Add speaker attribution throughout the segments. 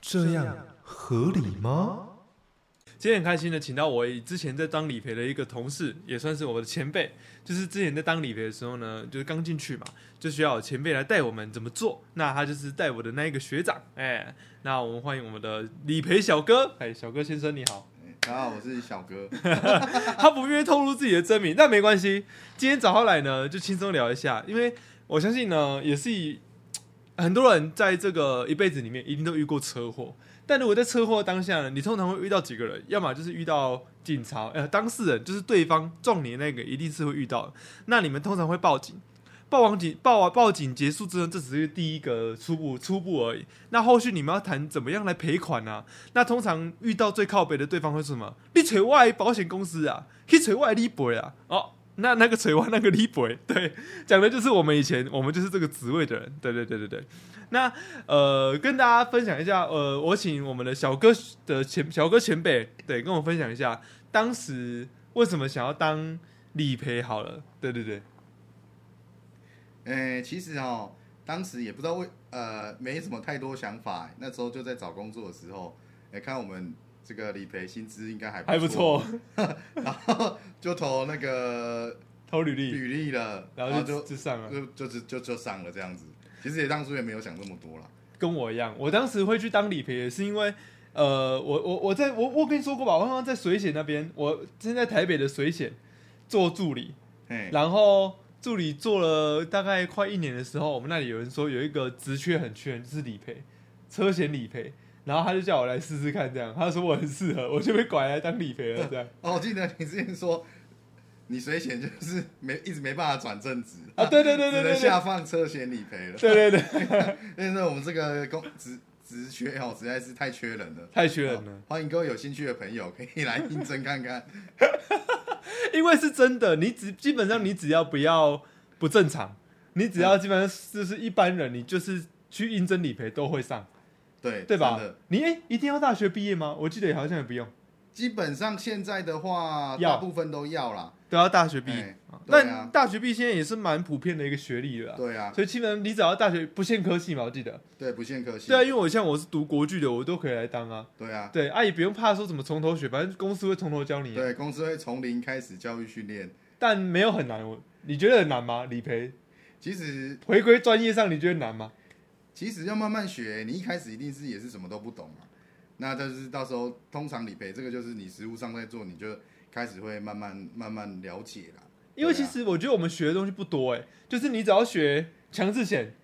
Speaker 1: 这样合理吗？
Speaker 2: 今天很开心的请到我之前在当理赔的一个同事，也算是我的前辈。就是之前在当理赔的时候呢，就是刚进去嘛，就需要有前辈来带我们怎么做。那他就是带我的那一个学长，哎、那我们欢迎我们的理赔小哥，哎、小哥先生你好。
Speaker 3: 大家好，我是小哥。
Speaker 2: 他不愿意透露自己的真名，但没关系。今天找他来呢，就轻松聊一下，因为我相信呢，也是以很多人在这个一辈子里面一定都遇过车祸。但如果在车祸当下呢，你通常会遇到几个人？要么就是遇到警察，呃，当事人就是对方撞你的那个，一定是会遇到的。那你们通常会报警，报完警报完报警结束之后，这只是第一个初步初步而已。那后续你们要谈怎么样来赔款啊？那通常遇到最靠北的对方会是什么？你锤外保险公司啊，去锤外理赔啊，哦。那那个锤外那个理赔， 对，讲的就是我们以前我们就是这个职位的人，对对对对对。那呃，跟大家分享一下，呃，我请我们的小哥的前小哥前辈，对，跟我分享一下当时为什么想要当理赔好了，对对对，
Speaker 3: 诶、其实哦，当时也不知道为呃没什么太多想法，欸那时候就在找工作的时候，诶、看我们这个理赔薪资应该还
Speaker 2: 还不错，
Speaker 3: 然后就投那个
Speaker 2: 投履 历，
Speaker 3: 履历了，
Speaker 2: 然
Speaker 3: 然
Speaker 2: 后
Speaker 3: 后
Speaker 2: 就
Speaker 3: 就
Speaker 2: 就上了，
Speaker 3: 就就就就就上了这样子。其实也当初也没有想这么多啦。
Speaker 2: 跟我一样，我当时会去当理赔，也是因为，呃，我我我在我我跟你说过吧，我刚刚在水险那边，我现在台北的水险做助理，
Speaker 3: 嘿，
Speaker 2: 然后助理做了大概快一年的时候，我们那里有人说有一个职缺很缺，就是理赔，车险理赔，然后他就叫我来试试看，这样他说我很适合，我就被拐来当理赔了，这样
Speaker 3: 哦，我记得你之前说你水险就是没一直没办法转正职，
Speaker 2: 啊，对对对
Speaker 3: 只
Speaker 2: 对
Speaker 3: 能
Speaker 2: 对
Speaker 3: 下
Speaker 2: 对，
Speaker 3: 放车险理赔了。
Speaker 2: 对对对，
Speaker 3: 但是我们这个工职职缺哦，实在是太缺人了。
Speaker 2: 太缺人了。
Speaker 3: 欢迎各位有兴趣的朋友可以来应征看看。
Speaker 2: 因为是真的，你只基本上你只要不要不正常，你只
Speaker 3: 嗯
Speaker 2: 要基本上就是一般人，你就是去应征理赔都会上，
Speaker 3: 对
Speaker 2: 对吧
Speaker 3: 真的？
Speaker 2: 你哎、一定要大学毕业吗？我记得好像也不用，
Speaker 3: 基本上现在的话，
Speaker 2: 要
Speaker 3: 大部分都要啦。
Speaker 2: 都要大学毕业
Speaker 3: 哎。对
Speaker 2: 但、
Speaker 3: 啊
Speaker 2: 大学毕业现在也是蛮普遍的一个学历了啦，
Speaker 3: 对啊，
Speaker 2: 所以基本上你只要大学不限科系嘛，我记得。
Speaker 3: 对，不限科系。
Speaker 2: 对啊，因为我像我是读国剧的，我都可以来当啊。
Speaker 3: 对啊，
Speaker 2: 对啊，也不用怕说怎么从头学，反正公司会从头教你、啊。
Speaker 3: 对，公司会从零开始教育训练。
Speaker 2: 但没有很难，我你觉得很难吗？理赔
Speaker 3: 其实，
Speaker 2: 回归专业上，你觉得难吗？
Speaker 3: 其实要慢慢学，你一开始一定是也是什么都不懂嘛。那就是到时候通常理赔这个就是你实务上在做，你就开始会慢慢慢慢了解啦。
Speaker 2: 因为
Speaker 3: 对
Speaker 2: 其
Speaker 3: 啊
Speaker 2: 实我觉得我们学的东西不多哎、就是你只要学强制险，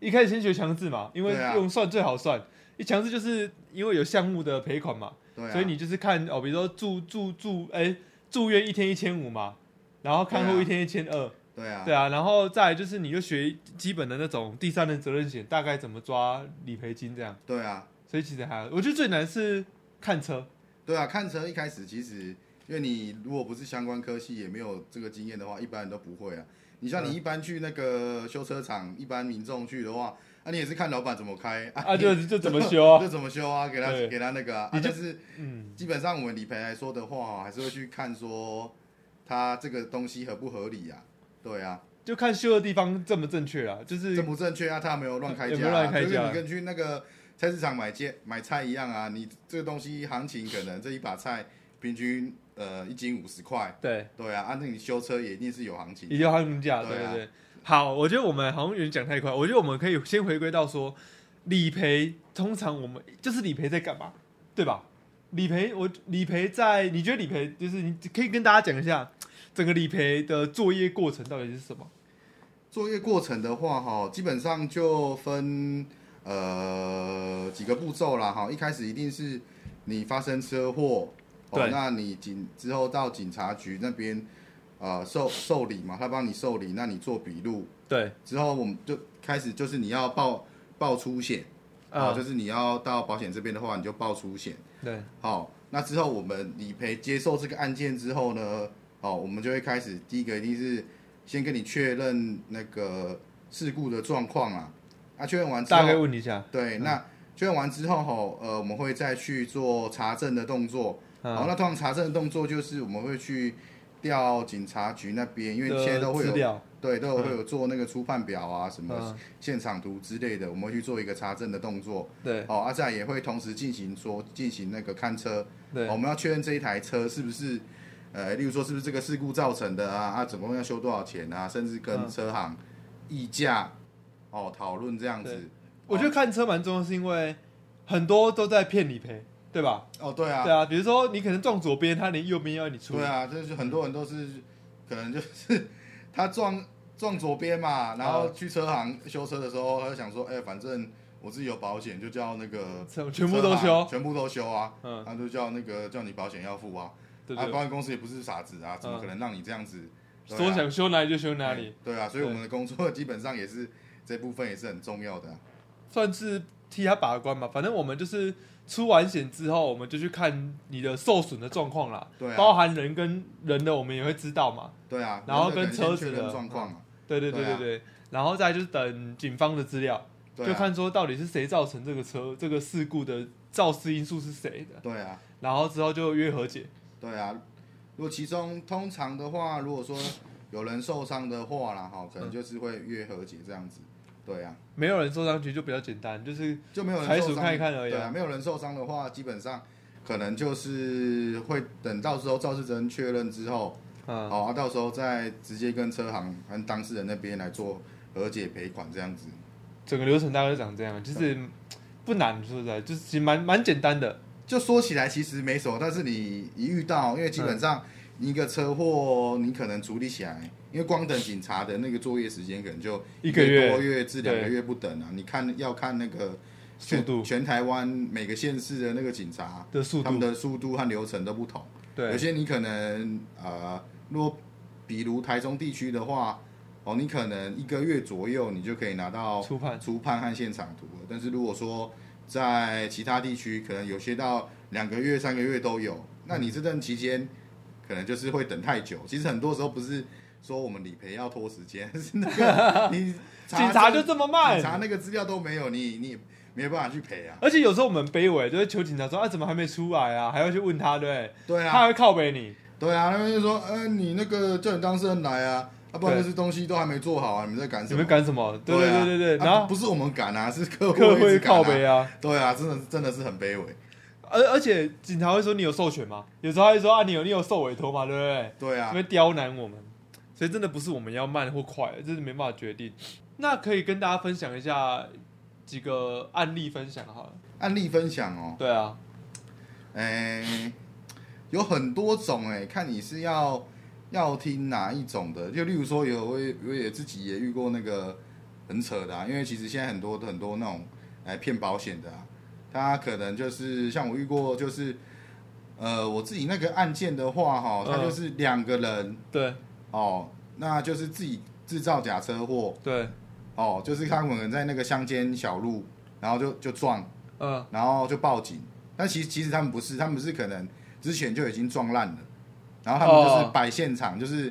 Speaker 2: 一开始先学强制嘛，因为
Speaker 3: 对啊
Speaker 2: 用算最好算。一强制就是因为有项目的赔款嘛，
Speaker 3: 对啊，
Speaker 2: 所以你就是看哦，比如说住住住，哎、住院一天一千五嘛，然后看护
Speaker 3: 对啊
Speaker 2: 一天一千二，
Speaker 3: 对啊，
Speaker 2: 对啊，然后再来就是你就学基本的那种第三人责任险，大概怎么抓理赔金这样。
Speaker 3: 对啊，
Speaker 2: 所以其实还好，我觉得最难是看车，
Speaker 3: 对啊，看车一开始其实，因为你如果不是相关科系，也没有这个经验的话，一般人都不会啊。你像
Speaker 2: 嗯
Speaker 3: 你一般去那个修车厂，一般民众去的话，啊，你也是看老板怎么开 啊，
Speaker 2: 啊，就就怎么修 啊
Speaker 3: 就怎么修啊，给他
Speaker 2: 对
Speaker 3: 给他那个啊。
Speaker 2: 你
Speaker 3: 啊
Speaker 2: 就
Speaker 3: 但是
Speaker 2: 嗯，
Speaker 3: 基本上我们理赔来说的话，还是会去看说他这个东西合不合理啊。对啊，
Speaker 2: 就看修的地方正不正确啊，就是
Speaker 3: 正不正确啊？他有没有乱开
Speaker 2: 有没
Speaker 3: 价、
Speaker 2: 有
Speaker 3: 啊，
Speaker 2: 乱开价
Speaker 3: 就是你跟去那个菜市场买街买菜一样啊，你这个东西行情可能这一把菜平均呃一斤五十块，
Speaker 2: 对，
Speaker 3: 对啊，按、照你修车也一定是有行情
Speaker 2: 也就他们价，对
Speaker 3: 对啊
Speaker 2: 对对。好，我觉得我们好像有点讲太快，我觉得我们可以先回归到说，理赔通常我们就是理赔在干嘛，对吧？理赔我理赔在，你觉得理赔就是你可以跟大家讲一下整个理赔的作业过程到底是什么？
Speaker 3: 作业过程的话，哈，基本上就分呃几个步骤啦，哈。一开始一定是你发生车祸，哦
Speaker 2: 对，
Speaker 3: 那你警之后到警察局那边呃受受理嘛，他帮你受理，那你做笔录
Speaker 2: 对，
Speaker 3: 之后，我们就开始就是你要报报出险啊、
Speaker 2: 啊、
Speaker 3: 就是你要到保险这边的话，你就报出险。
Speaker 2: 对，
Speaker 3: 好，那之后我们理赔接受这个案件之后呢，哦，我们就会开始第一个一定是先跟你确认那个事故的状况啊，啊，确认完之
Speaker 2: 大概嗯
Speaker 3: 后，
Speaker 2: 问一下，
Speaker 3: 对，那确认完之后吼，呃，我们会再去做查证的动作。好，
Speaker 2: 嗯，
Speaker 3: 那通常查证的动作就是我们会去调警察局那边，因为现在都会
Speaker 2: 的资
Speaker 3: 有
Speaker 2: 料，
Speaker 3: 对，都有会有做那个初判表啊，什么
Speaker 2: 嗯
Speaker 3: 现场图之类的，我们会去做一个查证的动作。
Speaker 2: 对
Speaker 3: 哦，阿再也会同时进行说进行那个看车，
Speaker 2: 对
Speaker 3: 哦我们要确认这一台车是不是，呃，例如说是不是这个事故造成的啊？啊，总共要修多少钱啊？甚至跟
Speaker 2: 嗯
Speaker 3: 车行议价哦讨论这样子
Speaker 2: 对。我觉得看车蛮重要，是因为很多都在骗理赔，对吧？
Speaker 3: 哦，对啊，
Speaker 2: 对啊，比如说你可能撞左边，他连右边要你出
Speaker 3: 对，啊，就是很多人都是可能就是他撞撞左边嘛，然后
Speaker 2: 嗯
Speaker 3: 去车行修车的时候，他就想说，哎、反正我自己有保险，就叫那个
Speaker 2: 全全部都
Speaker 3: 车行
Speaker 2: 修，
Speaker 3: 全部都修啊，
Speaker 2: 嗯
Speaker 3: 他就叫那个叫你保险要付啊。
Speaker 2: 对
Speaker 3: 啊，
Speaker 2: 不
Speaker 3: 保
Speaker 2: 对？
Speaker 3: 险公司也不是傻子啊，怎么
Speaker 2: 嗯
Speaker 3: 可能让你这样子？对啊
Speaker 2: 说想修哪里就修哪里，
Speaker 3: 对啊，所以
Speaker 2: 对
Speaker 3: 我们的工作基本上也是这部分也是很重要的啊、
Speaker 2: 算是替他把关嘛。反正我们就是出完险之后，我们就去看你的受损的状况啦，
Speaker 3: 对啊
Speaker 2: 包含人跟人的，我们也会知道嘛。
Speaker 3: 对啊，
Speaker 2: 然后
Speaker 3: 那个
Speaker 2: 跟
Speaker 3: 可能
Speaker 2: 车
Speaker 3: 先
Speaker 2: 子
Speaker 3: 确认
Speaker 2: 的
Speaker 3: 状况嘛，
Speaker 2: 对对对对
Speaker 3: 对啊
Speaker 2: 对，然后再就是等警方的资料，嗯
Speaker 3: 对
Speaker 2: 就
Speaker 3: 啊，
Speaker 2: 看说到底是谁造成这个车这个事故的肇事因素是谁的，
Speaker 3: 对啊，
Speaker 2: 然后之后就约和解。
Speaker 3: 对啊。如果其中通常的话，如果说有人受伤的话啦，哈，
Speaker 2: 嗯
Speaker 3: 可能就是会约和解这样子。对啊，
Speaker 2: 没有人受伤，其实就比较简单，就是
Speaker 3: 就没有人
Speaker 2: 财
Speaker 3: 受
Speaker 2: 主
Speaker 3: 伤，
Speaker 2: 看一看而已啊
Speaker 3: 对啊，没有人受伤的话，基本上可能就是会等到时候肇事责任确认之后，
Speaker 2: 嗯，
Speaker 3: 好、啊，到时候再直接跟车行跟当事人那边来做和解赔款这样子。
Speaker 2: 整个流程大概就长这样，其实不难，说实在，就是其实蛮蛮简单的。
Speaker 3: 就说起来其实没什么，但是你一遇到，因为基本上你一个车祸，你可能处理起来，因为光等警察的那个作业时间可能就
Speaker 2: 一个月
Speaker 3: 多月至两个
Speaker 2: 对
Speaker 3: 月不等啊。你看要看那个
Speaker 2: 速度
Speaker 3: 全全台湾每个县市的那个警察
Speaker 2: 的速
Speaker 3: 他们
Speaker 2: 度，
Speaker 3: 的速度和流程都不同。有
Speaker 2: 对
Speaker 3: 些你可能呃，如果比如台中地区的话，哦，你可能一个月左右你就可以拿到
Speaker 2: 初判
Speaker 3: 初判和现场图了。但是如果说在其他地区，可能有些到两个月、三个月都有，那你这段期间可能就是会等太久。其实很多时候不是说我们理赔要拖时间，是那 个你查
Speaker 2: 警察
Speaker 3: 这
Speaker 2: 就这么
Speaker 3: 警察
Speaker 2: 慢，
Speaker 3: 那个资料都没有，你你也没有办法去赔啊。
Speaker 2: 而且有时候我们卑微，就会求警察说啊，怎么还没出来啊？还要去问他，对
Speaker 3: 对
Speaker 2: 不对？
Speaker 3: 啊，
Speaker 2: 他还会靠北你，
Speaker 3: 对啊，他们就说，呃，你那个叫你当事人来啊，要、不然就是东西都还没做好啊，你们在赶什
Speaker 2: 你
Speaker 3: 么？
Speaker 2: 们赶什么？对对
Speaker 3: 啊
Speaker 2: 对对对，
Speaker 3: 啊
Speaker 2: 然后
Speaker 3: 不不是我们赶啊，是客户
Speaker 2: 客户
Speaker 3: 一直
Speaker 2: 会
Speaker 3: 赶啊
Speaker 2: 靠北啊，
Speaker 3: 对啊，真的真的是很卑微。
Speaker 2: 而而且警察会说你有授权吗？有时候他会说啊，你有你有受委托吗？对不对？
Speaker 3: 对啊
Speaker 2: 因，为刁难我们，所以真的不是我们要慢或快，这是没办法决定。那可以跟大家分享一下几个案例分享好了。
Speaker 3: 案例分享哦，
Speaker 2: 对啊，
Speaker 3: 哎、有很多种哎、看你是要要听哪一种的。就例如说有我也我也自己也遇过那个很扯的、啊，因为其实现在很多很多那种哎骗保险的、啊，他可能就是像我遇过就是。呃，我自己那个案件的话，哈，他
Speaker 2: 嗯
Speaker 3: 就是两个人、
Speaker 2: 对
Speaker 3: 哦，那就是自己制造假车祸
Speaker 2: 对，
Speaker 3: 哦，就是他可能在那个乡间小路，然后就就撞，
Speaker 2: 嗯
Speaker 3: 然后就报警。但其实其实他们不是，他们是可能之前就已经撞烂了，然后他们就是
Speaker 2: 哦
Speaker 3: 摆现场，就是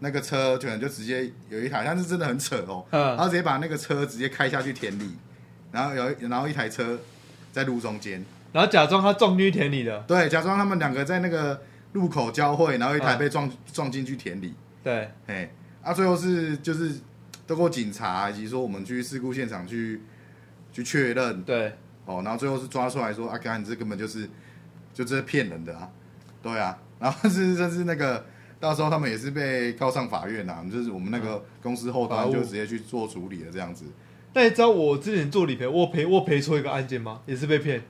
Speaker 3: 那个车可能就直接有一台，但是真的很扯哦，
Speaker 2: 嗯，
Speaker 3: 然后直接把那个车直接开下去田里，然后有一然后一台车在路中间，
Speaker 2: 然后假装他撞进田里的，
Speaker 3: 对，假装他们两个在那个路口交汇，然后一台
Speaker 2: 嗯
Speaker 3: 被撞、撞进去田里，
Speaker 2: 对
Speaker 3: 哎，啊，最后是就是透过警察以及说我们去事故现场去去确认，
Speaker 2: 对，
Speaker 3: 哦，然后最后是抓出来说，啊，刚你这根本就是就这是骗人的啊，对啊，然后是甚至那个到时候他们也是被告上法院啊，就是我们那
Speaker 2: 嗯
Speaker 3: 个公司后
Speaker 2: 法
Speaker 3: 端
Speaker 2: 务
Speaker 3: 就直接去做处理了，这样子，
Speaker 2: 那你知道我之前做理赔，我赔我赔错一个案件吗？也是被骗，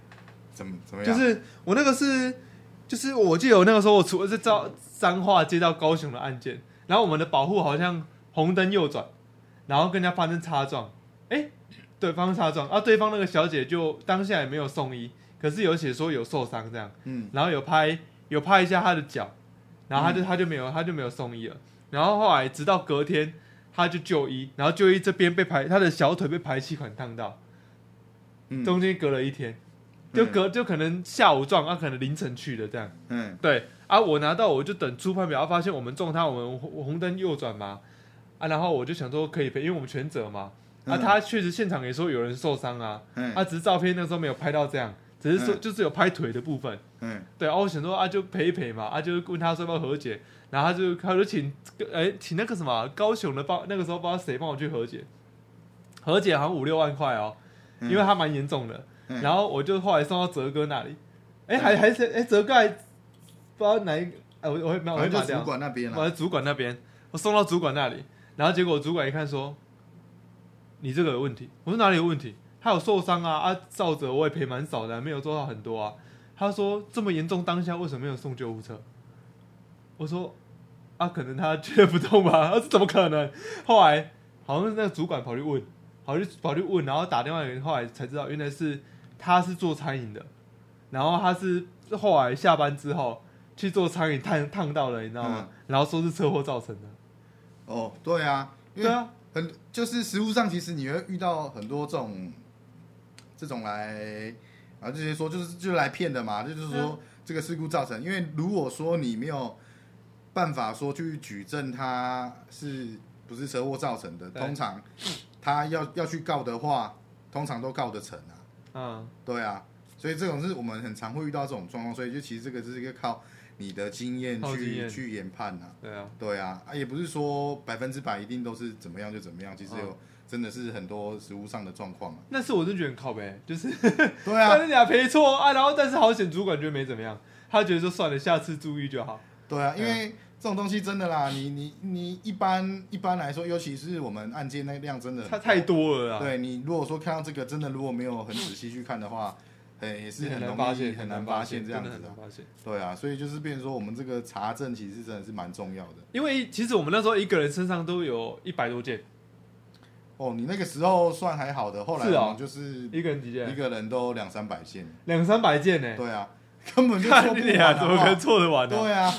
Speaker 3: 怎么怎么
Speaker 2: 就
Speaker 3: 样？
Speaker 2: 是我那个是，就是我记得我那个时候我出是招彰化接到高雄的案件，然后我们的保护好像红灯右转，然后跟人家发生擦撞，哎、对方擦撞，啊，对方那个小姐就当下也没有送医，可是有写说有受伤这样，
Speaker 3: 嗯，
Speaker 2: 然后有拍有拍一下她的脚，然后她就她就没有她就没有送医了，然后后来直到隔天她就就医，然后就医这边被排她的小腿被排气管烫到，
Speaker 3: 嗯
Speaker 2: 中间隔了一天，就
Speaker 3: 嗯
Speaker 2: 隔就可能下午撞，啊，可能凌晨去的这样。
Speaker 3: 嗯
Speaker 2: 对啊，我拿到我就等初判表，啊发现我们撞他，我们红红灯右转嘛，啊，然后我就想说可以赔，因为我们全责嘛。啊，
Speaker 3: 嗯
Speaker 2: 他确实现场也说有人受伤啊，
Speaker 3: 嗯
Speaker 2: 啊，只是照片那时候没有拍到这样，只是说
Speaker 3: 嗯
Speaker 2: 就是有拍腿的部分。
Speaker 3: 嗯，
Speaker 2: 对啊，我想说啊，就陪一陪嘛，啊，就问他说要不要和解，然后他就他就请哎、请那个什么高雄的帮那个时候不知道谁帮我去和解，和解好像五六万块哦，因为他蛮严重的，
Speaker 3: 嗯
Speaker 2: 然后我就后来送到哲哥那里，哎、还还是哎、哲哥还不知道哪一个，哎、我我会没有我会把
Speaker 3: 反正就
Speaker 2: 掉
Speaker 3: 主，管那边啊
Speaker 2: 我
Speaker 3: 了，
Speaker 2: 在主管那边，我送到主管那里，然后结果主管一看说，你这个有问题。我说哪里有问题？他有受伤啊啊，照着我也赔蛮少的，没有做到很多啊。他说这么严重，当下为什么没有送救护车？我说啊，可能他觉得不痛吧？他说怎么可能？后来好像是那个主管跑去问，跑去跑去问，然后打电话给人，后来才知道原来是他是做餐饮的，然后他是后来下班之后去做餐饮烫烫到了，你知道吗？
Speaker 3: 嗯
Speaker 2: 然后说是车祸造成的。
Speaker 3: 哦，对啊，因
Speaker 2: 对
Speaker 3: 为
Speaker 2: 啊，
Speaker 3: 很就是实物上，其实你会遇到很多这种这种来啊，这些说就是就是来骗的嘛，这就是
Speaker 2: 嗯
Speaker 3: 说这个事故造成。因为如果说你没有办法说去举证它是不是车祸造成的，
Speaker 2: 对
Speaker 3: 通常他要要去告的话，通常都告得成啊。
Speaker 2: 嗯，
Speaker 3: 对啊，所以这种是我们很常会遇到这种状况，所以就其实这个就是一个靠你的经验
Speaker 2: 靠经
Speaker 3: 去
Speaker 2: 验
Speaker 3: 去研判啊。
Speaker 2: 对啊，
Speaker 3: 对啊，啊也不是说百分之百一定都是怎么样就怎么样，其实有、
Speaker 2: 嗯
Speaker 3: 真的是很多实物上的状 况啊。
Speaker 2: 那次我真觉得很靠背，就是
Speaker 3: 对
Speaker 2: 但
Speaker 3: 啊，
Speaker 2: 是你俩赔错啊，然后但是好险主管觉得没怎么样，他觉得说算了，下次注意就好。
Speaker 3: 对啊，因
Speaker 2: 嗯
Speaker 3: 为这种东西真的啦，你你你一般一般来说，尤其是我们案件那个量真的很
Speaker 2: 他太多了啦，
Speaker 3: 嗯对你如果说看到这个，真的如果没有很仔细去看 的话，哎、也是
Speaker 2: 很难
Speaker 3: 容易
Speaker 2: 发现，
Speaker 3: 很
Speaker 2: 难
Speaker 3: 难发现这样
Speaker 2: 真
Speaker 3: 子
Speaker 2: 的很
Speaker 3: 的
Speaker 2: 难。发现。
Speaker 3: 对啊，所以就是变成说，我们这个查证其实真的是蛮重要的。
Speaker 2: 因为其实我们那时候一个人身上都有一百多件，
Speaker 3: 哦，你那个时候算还好的，后来
Speaker 2: 是哦
Speaker 3: 我们就是
Speaker 2: 一个人几
Speaker 3: 一
Speaker 2: 件，
Speaker 3: 个人都两三百件，
Speaker 2: 两三百件呢、
Speaker 3: 对啊，根本就做
Speaker 2: 看
Speaker 3: 不
Speaker 2: 你
Speaker 3: 完
Speaker 2: 俩
Speaker 3: 好
Speaker 2: 怎
Speaker 3: 不
Speaker 2: 么可
Speaker 3: 好
Speaker 2: 能做得完呢、
Speaker 3: 对啊，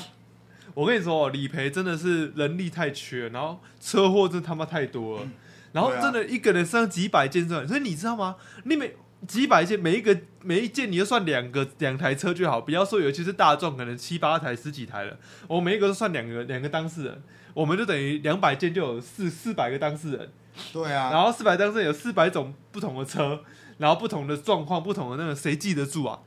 Speaker 2: 我跟你说哦，理赔真的是人力太缺，然后车祸真他妈太多了，然后
Speaker 3: 对啊
Speaker 2: 真的一个人身上几百件这样，所以你知道吗？你每几百件，每一个每一件你就算两个两台车就好，不要说尤其是大众可能七八台十几台了，我每一个都算两个两个当事人，我们就等于两百件就有四四百个当事人，
Speaker 3: 对啊，
Speaker 2: 然后四百当事人有四百种不同的车，然后不同的状况，不同的那个谁记得住啊？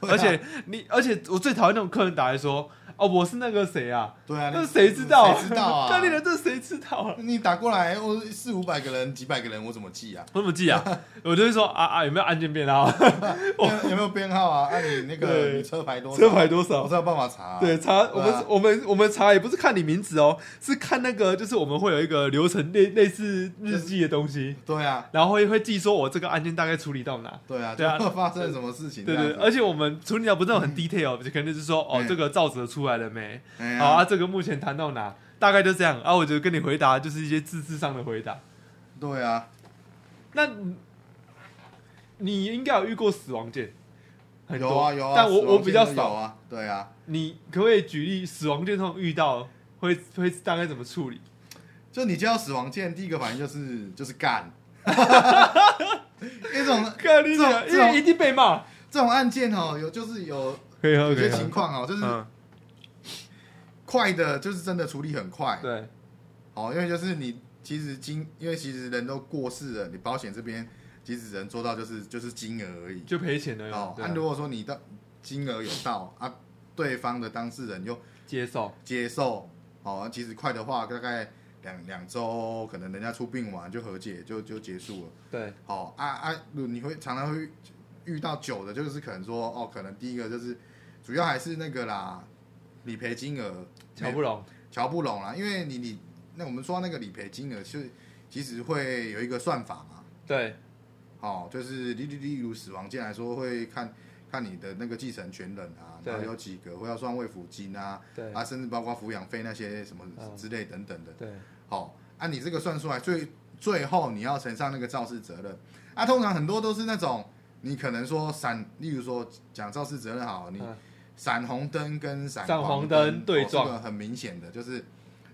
Speaker 3: 对啊
Speaker 2: 而且你，而且我最讨厌那种客人打来说，哦，我是那个谁啊。
Speaker 3: 对啊，
Speaker 2: 那
Speaker 3: 你
Speaker 2: 谁知道？
Speaker 3: 谁知道
Speaker 2: 干你人
Speaker 3: 啊？
Speaker 2: 这谁知道啊？
Speaker 3: 你打过来，我四五百个人、几百个 人，我怎么记啊？
Speaker 2: 我怎么记啊？ 我就会说啊啊，有没有按键编号？
Speaker 3: 有有没有编号啊？按你那个
Speaker 2: 对
Speaker 3: 你车牌多少？
Speaker 2: 车牌多
Speaker 3: 哦我
Speaker 2: 少？
Speaker 3: 才有办法查啊。
Speaker 2: 对，查我
Speaker 3: 对啊
Speaker 2: 们我们我们查也不是看你名字哦，是看那个就是我们会有一个流程类类似日记的东西，
Speaker 3: 对啊，
Speaker 2: 然后会会记说我这个案件大概处理到哪。
Speaker 3: 对啊，
Speaker 2: 对啊
Speaker 3: 就发生了什么事情？
Speaker 2: 对对，
Speaker 3: 这样
Speaker 2: 而
Speaker 3: 子
Speaker 2: 且我们处理到不是那种很 detail，可能就是说哦
Speaker 3: 嗯
Speaker 2: 这个造纸出来了没？
Speaker 3: 哎呀
Speaker 2: 好啊，这个目前谈到哪？大概就这样啊，我就跟你回答就是一些字字上的回答。
Speaker 3: 对啊，
Speaker 2: 那你你应该有遇过死亡件，很多
Speaker 3: 有啊有啊，
Speaker 2: 但我
Speaker 3: 死亡
Speaker 2: 我比较
Speaker 3: 线都有
Speaker 2: 少。
Speaker 3: 啊，对啊，
Speaker 2: 你可不可以举例死亡件通常遇到会会大概怎么处理？
Speaker 3: 就你接到死亡键，第一个反应就是就是 干，因为这种
Speaker 2: 看你俩
Speaker 3: 这种
Speaker 2: 因为一定被骂。
Speaker 3: 这种案件哦，有就是有
Speaker 2: 可以
Speaker 3: 有
Speaker 2: 喝
Speaker 3: 些情况哦，就是
Speaker 2: 嗯，
Speaker 3: 快的，就是真的处理很快，
Speaker 2: 对，
Speaker 3: 哦，因为就是你其实金，因为其实人都过世了，你保险这边其实能做到就是就是金额而已。
Speaker 2: 就赔钱了
Speaker 3: 哦
Speaker 2: 哟，。对
Speaker 3: 那、
Speaker 2: 啊
Speaker 3: 如果说你的金额有到啊，对方的当事人又
Speaker 2: 接受，
Speaker 3: 接受，哦，其实快的话大概两两周，可能人家出殡完就和解，就就结束了。
Speaker 2: 对，
Speaker 3: 哦啊啊，如你会常常会遇到久的，就是可能说哦，可能第一个就是主要还是那个啦，理赔金额
Speaker 2: 瞧不拢，
Speaker 3: 瞧不拢啦，因为你你那我们说那个理赔金额是其实会有一个算法嘛，
Speaker 2: 对，
Speaker 3: 哦，就是例例例如死亡件来说，会看看你的那个继承权人啊，
Speaker 2: 对
Speaker 3: 然后有几个会要算慰抚金啊，
Speaker 2: 对，
Speaker 3: 啊，甚至包括抚养费那些什么
Speaker 2: 嗯
Speaker 3: 之类等等的，
Speaker 2: 对，
Speaker 3: 哦，啊，你这个算出来最最后你要承上那个肇事责任，啊，通常很多都是那种你可能说闪，例如说讲肇事责任好，你
Speaker 2: 嗯
Speaker 3: 闪红灯跟闪
Speaker 2: 闪
Speaker 3: 黄
Speaker 2: 黄灯对撞
Speaker 3: 哦这个很明显的就是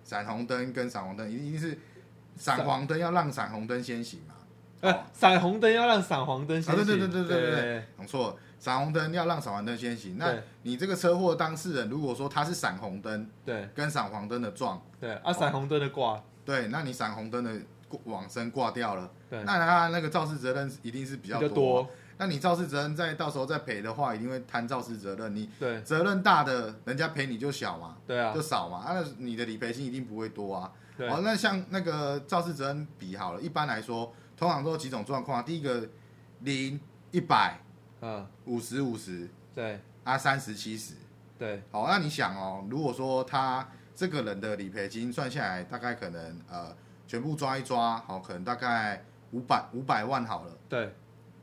Speaker 3: 闪红灯跟闪黄灯一定一定是闪黄灯要让闪红灯先行嘛，哦
Speaker 2: 呃，闪红灯要让闪黄灯先
Speaker 3: 啊
Speaker 2: 行，
Speaker 3: 对对对对对
Speaker 2: 对
Speaker 3: 对讲错了，闪红灯要让闪黄灯先行。那
Speaker 2: 对
Speaker 3: 你这个车祸当事人如果说他是闪红灯
Speaker 2: 对
Speaker 3: 跟闪黄灯的撞，
Speaker 2: 对，啊，闪红灯的挂，
Speaker 3: 对，那你闪红灯的挂往生挂掉了，
Speaker 2: 对，
Speaker 3: 那他那个肇事责任一定是
Speaker 2: 嗯
Speaker 3: 比
Speaker 2: 比
Speaker 3: 较
Speaker 2: 较
Speaker 3: 多啊。
Speaker 2: 多，
Speaker 3: 那你肇事责任在到时候再赔的话，一定会摊肇事责任。你
Speaker 2: 对
Speaker 3: 责任大的，人家赔你就小嘛，
Speaker 2: 嗯对啊
Speaker 3: 就，少嘛，啊，那你的理赔金一定不会多啊。
Speaker 2: 对
Speaker 3: 哦，那像那个肇事责任比好了，一般来说，通常都有几种状况，第一个零、一百、
Speaker 2: 嗯，
Speaker 3: 五十、五十
Speaker 2: 对
Speaker 3: 啊，三十、七十。
Speaker 2: 对
Speaker 3: 好，那你想哦，如果说他这个人的理赔金算下来，大概可能呃全部抓一抓，好，可能大概五百五百万好了，
Speaker 2: 对，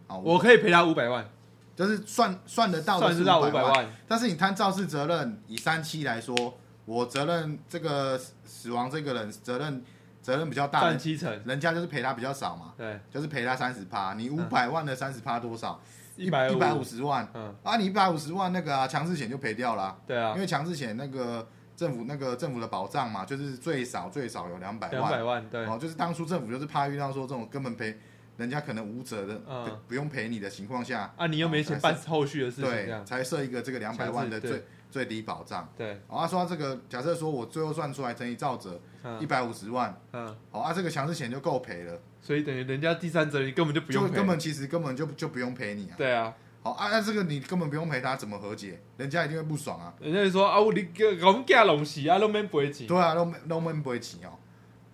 Speaker 3: 好，
Speaker 2: 我可以赔他五百万，
Speaker 3: 就是算算得到的
Speaker 2: 算
Speaker 3: 是
Speaker 2: 是到
Speaker 3: 五
Speaker 2: 五百
Speaker 3: 百万，
Speaker 2: 万，
Speaker 3: 但是你摊肇事责任，以三期来说，我责任这个死死亡这个人责任责任比较大
Speaker 2: 占，七成，
Speaker 3: 人家就是赔他比较少嘛，
Speaker 2: 对，
Speaker 3: 就是赔他三十趴，你五百万的三十趴多少？
Speaker 2: 嗯一百
Speaker 3: 一百五
Speaker 2: 五，
Speaker 3: 十万
Speaker 2: 嗯，
Speaker 3: 啊，你一百五十万那个啊强制险就赔掉了啊、
Speaker 2: 对啊
Speaker 3: 因，为强制险那个政府那个政府的保障嘛，就是最少最少有两百
Speaker 2: 两百
Speaker 3: 万，
Speaker 2: 万，对
Speaker 3: 哦，就是当初政府就是怕遇到说这种根本赔人家可能无责的，
Speaker 2: 嗯
Speaker 3: 不不用赔你的情况下，
Speaker 2: 啊，你又没钱办后续的事情，这
Speaker 3: 对，
Speaker 2: 样，
Speaker 3: 才设一个这个两百万的
Speaker 2: 强制
Speaker 3: 最最低保障。
Speaker 2: 对，
Speaker 3: 好、哦，啊、说到这个，假设说我最后算出来乘以照者一
Speaker 2: 嗯
Speaker 3: 百五十万，
Speaker 2: 嗯，
Speaker 3: 好、哦、啊，这个强制险就够赔了，
Speaker 2: 所以等于人家第三者你根本就不
Speaker 3: 就
Speaker 2: 用赔
Speaker 3: 根，本其实根本就就不用赔你啊。
Speaker 2: 对啊，
Speaker 3: 好、啊，那这个你根本不用赔他，怎么和解？人家一定会不爽啊。
Speaker 2: 人家就说啊，我你给我们家东西啊，都没赔钱，
Speaker 3: 对啊，都没都闷不会起哦。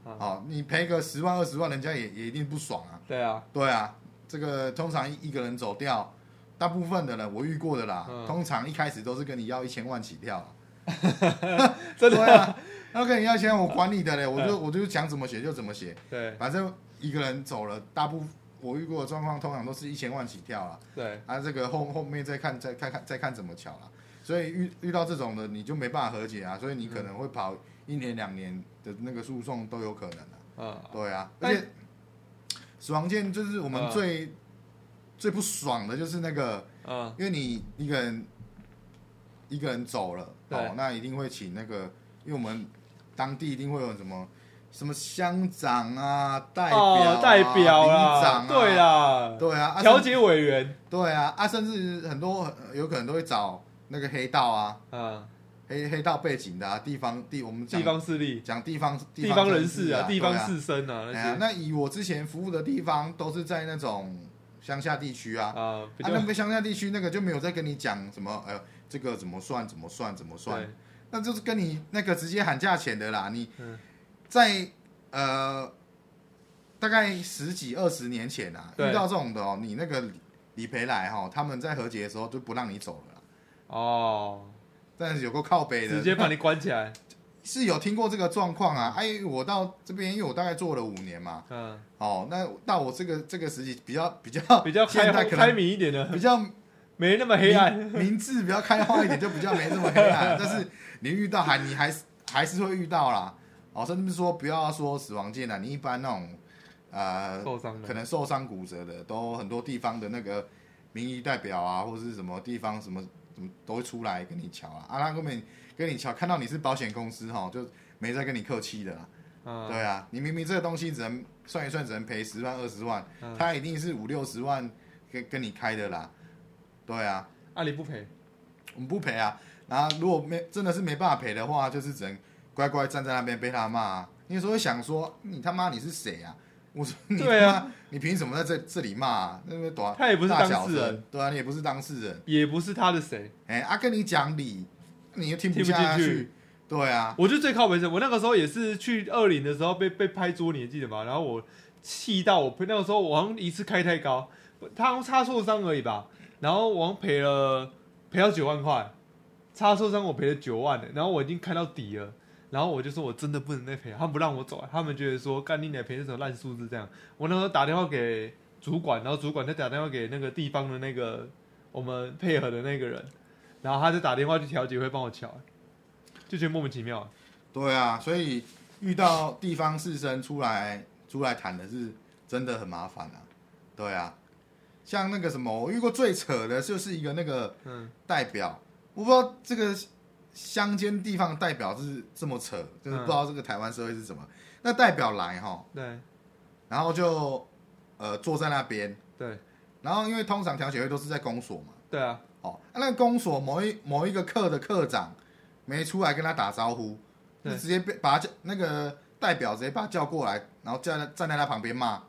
Speaker 2: 啊
Speaker 3: 哦，你赔个十万二十万，人家也也一定不爽啊。
Speaker 2: 对啊，
Speaker 3: 对啊，这个通常一一个人走掉，大部分的人我遇过的啦，
Speaker 2: 嗯
Speaker 3: 通常一开始都是跟你要一千万起跳啊。
Speaker 2: 真
Speaker 3: 对
Speaker 2: 的，嗯
Speaker 3: 啊，那跟你要钱，我管你的嘞，我就我就想怎么写就怎么写，
Speaker 2: 对
Speaker 3: 反正一个人走了，大部我遇过的状况通常都是一千万起跳啦。
Speaker 2: 对
Speaker 3: 啊，这个后后面再看，再看看再看怎么巧啦。所以遇遇到这种的，你就没办法和解啊，所以你可能会跑一年两年的那个诉讼都有可能啊。
Speaker 2: 嗯，
Speaker 3: 对啊，
Speaker 2: 但
Speaker 3: 而且死亡键就是我们
Speaker 2: 嗯
Speaker 3: 最、最不爽的就是那个，
Speaker 2: 嗯，
Speaker 3: 因为你一个人一个人走了，
Speaker 2: 对
Speaker 3: 哦，那一定会请那个，因为我们当地一定会有什么什么乡长啊、代表、啊
Speaker 2: 哦，代表
Speaker 3: 里长
Speaker 2: 啦
Speaker 3: 啊，，
Speaker 2: 对啦，
Speaker 3: 对啊，啊
Speaker 2: 调解委员，
Speaker 3: 对啊，啊，甚至很多呃有可能都会找那个黑道啊，
Speaker 2: 嗯，
Speaker 3: 黑黑道背景的啊，地方地我们讲
Speaker 2: 地方势力、
Speaker 3: 讲地方
Speaker 2: 地方人士
Speaker 3: 士
Speaker 2: 啊、地
Speaker 3: 对
Speaker 2: 方
Speaker 3: 啊
Speaker 2: 士绅啊
Speaker 3: 哎呀
Speaker 2: 那些
Speaker 3: 那以我之前服务的地方都是在那种乡下地区啊，啊，
Speaker 2: 啊，比较
Speaker 3: 那个乡下地区那个就没有在跟你讲什么，哎呦，这个怎么算怎么算怎么算
Speaker 2: 对，
Speaker 3: 那就是跟你那个直接喊价钱的啦，你
Speaker 2: 嗯
Speaker 3: 在呃大概十几二十年前啊，
Speaker 2: 对
Speaker 3: 遇到这种的哦，你那个理理赔来哈、哦，他们在和解的时候就不让你走了啦。
Speaker 2: 哦，
Speaker 3: 但是有个靠北的，
Speaker 2: 直接把你关起来，
Speaker 3: 是有听过这个状况啊。哎，我到这边，因为我大概做了五年嘛，
Speaker 2: 嗯，
Speaker 3: 哦，那到我这个这个时期比较比较
Speaker 2: 比较开
Speaker 3: 现在
Speaker 2: 放
Speaker 3: 可
Speaker 2: 开
Speaker 3: 能
Speaker 2: 明一点的，
Speaker 3: 比较
Speaker 2: 没那么 黑暗，
Speaker 3: 明明智比较开化一点，就比较没那么黑暗。但是你遇到还你还是还是会遇到啦。哦，甚至说不要说死亡剑啦，你一般那种呃
Speaker 2: 受伤
Speaker 3: 可
Speaker 2: 的，
Speaker 3: 能受伤骨折的，都很多地方的那个民意代表啊，或者是什么地方什么什么都会出来跟你瞧啊。啊，他根本跟你瞧，看到你是保险公司哈，就没再跟你客气的啦。
Speaker 2: 嗯，
Speaker 3: 对啊，你明明这个东西只能算一算，只能赔十万二十万，
Speaker 2: 嗯
Speaker 3: 他一定是五六十万跟跟你开的啦。对啊，
Speaker 2: 啊，你不赔，
Speaker 3: 我们不赔啊。然后如果没真的是没办法赔的话，就是只能乖乖站在那边被他骂、啊。你有时候会想说，你他妈你是谁啊？我说你
Speaker 2: 对
Speaker 3: 他妈
Speaker 2: 啊，
Speaker 3: 你凭什么在这这里骂、啊？那边短
Speaker 2: 他也不是
Speaker 3: 大
Speaker 2: 当
Speaker 3: 小
Speaker 2: 事人，
Speaker 3: 声，对啊，你也不是当事人。
Speaker 2: 也不是他的谁。
Speaker 3: 哎、啊，跟你讲理，你又听
Speaker 2: 听不
Speaker 3: 下
Speaker 2: 进去
Speaker 3: 去。对啊，
Speaker 2: 我觉得最靠北是，我那个时候也是去二零的时候被被拍桌，你还记得吗？然后我气到我那个时候我好像一次开太高，他好像擦挫伤而已吧，然后我好像赔了赔到九万块，擦挫伤我赔了九万然后我已经开到底了。然后我就说，我真的不能再赔，他们不让我走，啊他们觉得说干你奶赔这种烂数字这样。我那时候打电话给主管，然后主管再打电话给那个地方的那个我们配合的那个人，然后他就打电话去调解会帮我瞧，就觉得莫名其妙。
Speaker 3: 对啊，所以遇到地方士绅出来出来谈的是真的很麻烦啊。对啊，像那个什么，我遇过最扯的就是一个那个
Speaker 2: 嗯
Speaker 3: 代表，我不知道这个乡间地方代表是这么扯，就是
Speaker 2: 嗯
Speaker 3: 不知道这个台湾社会是怎么。那代表来哈，，
Speaker 2: 对
Speaker 3: 然后就呃坐在那边，
Speaker 2: 对
Speaker 3: 然后因为通常调解会都是在公所嘛，
Speaker 2: 对啊，
Speaker 3: 哦，啊那个公所某一某一个课的课长没出来跟他打招呼，就
Speaker 2: 对
Speaker 3: 直接被把他叫那个代表直接把他叫过来，然后站在站在他旁边骂，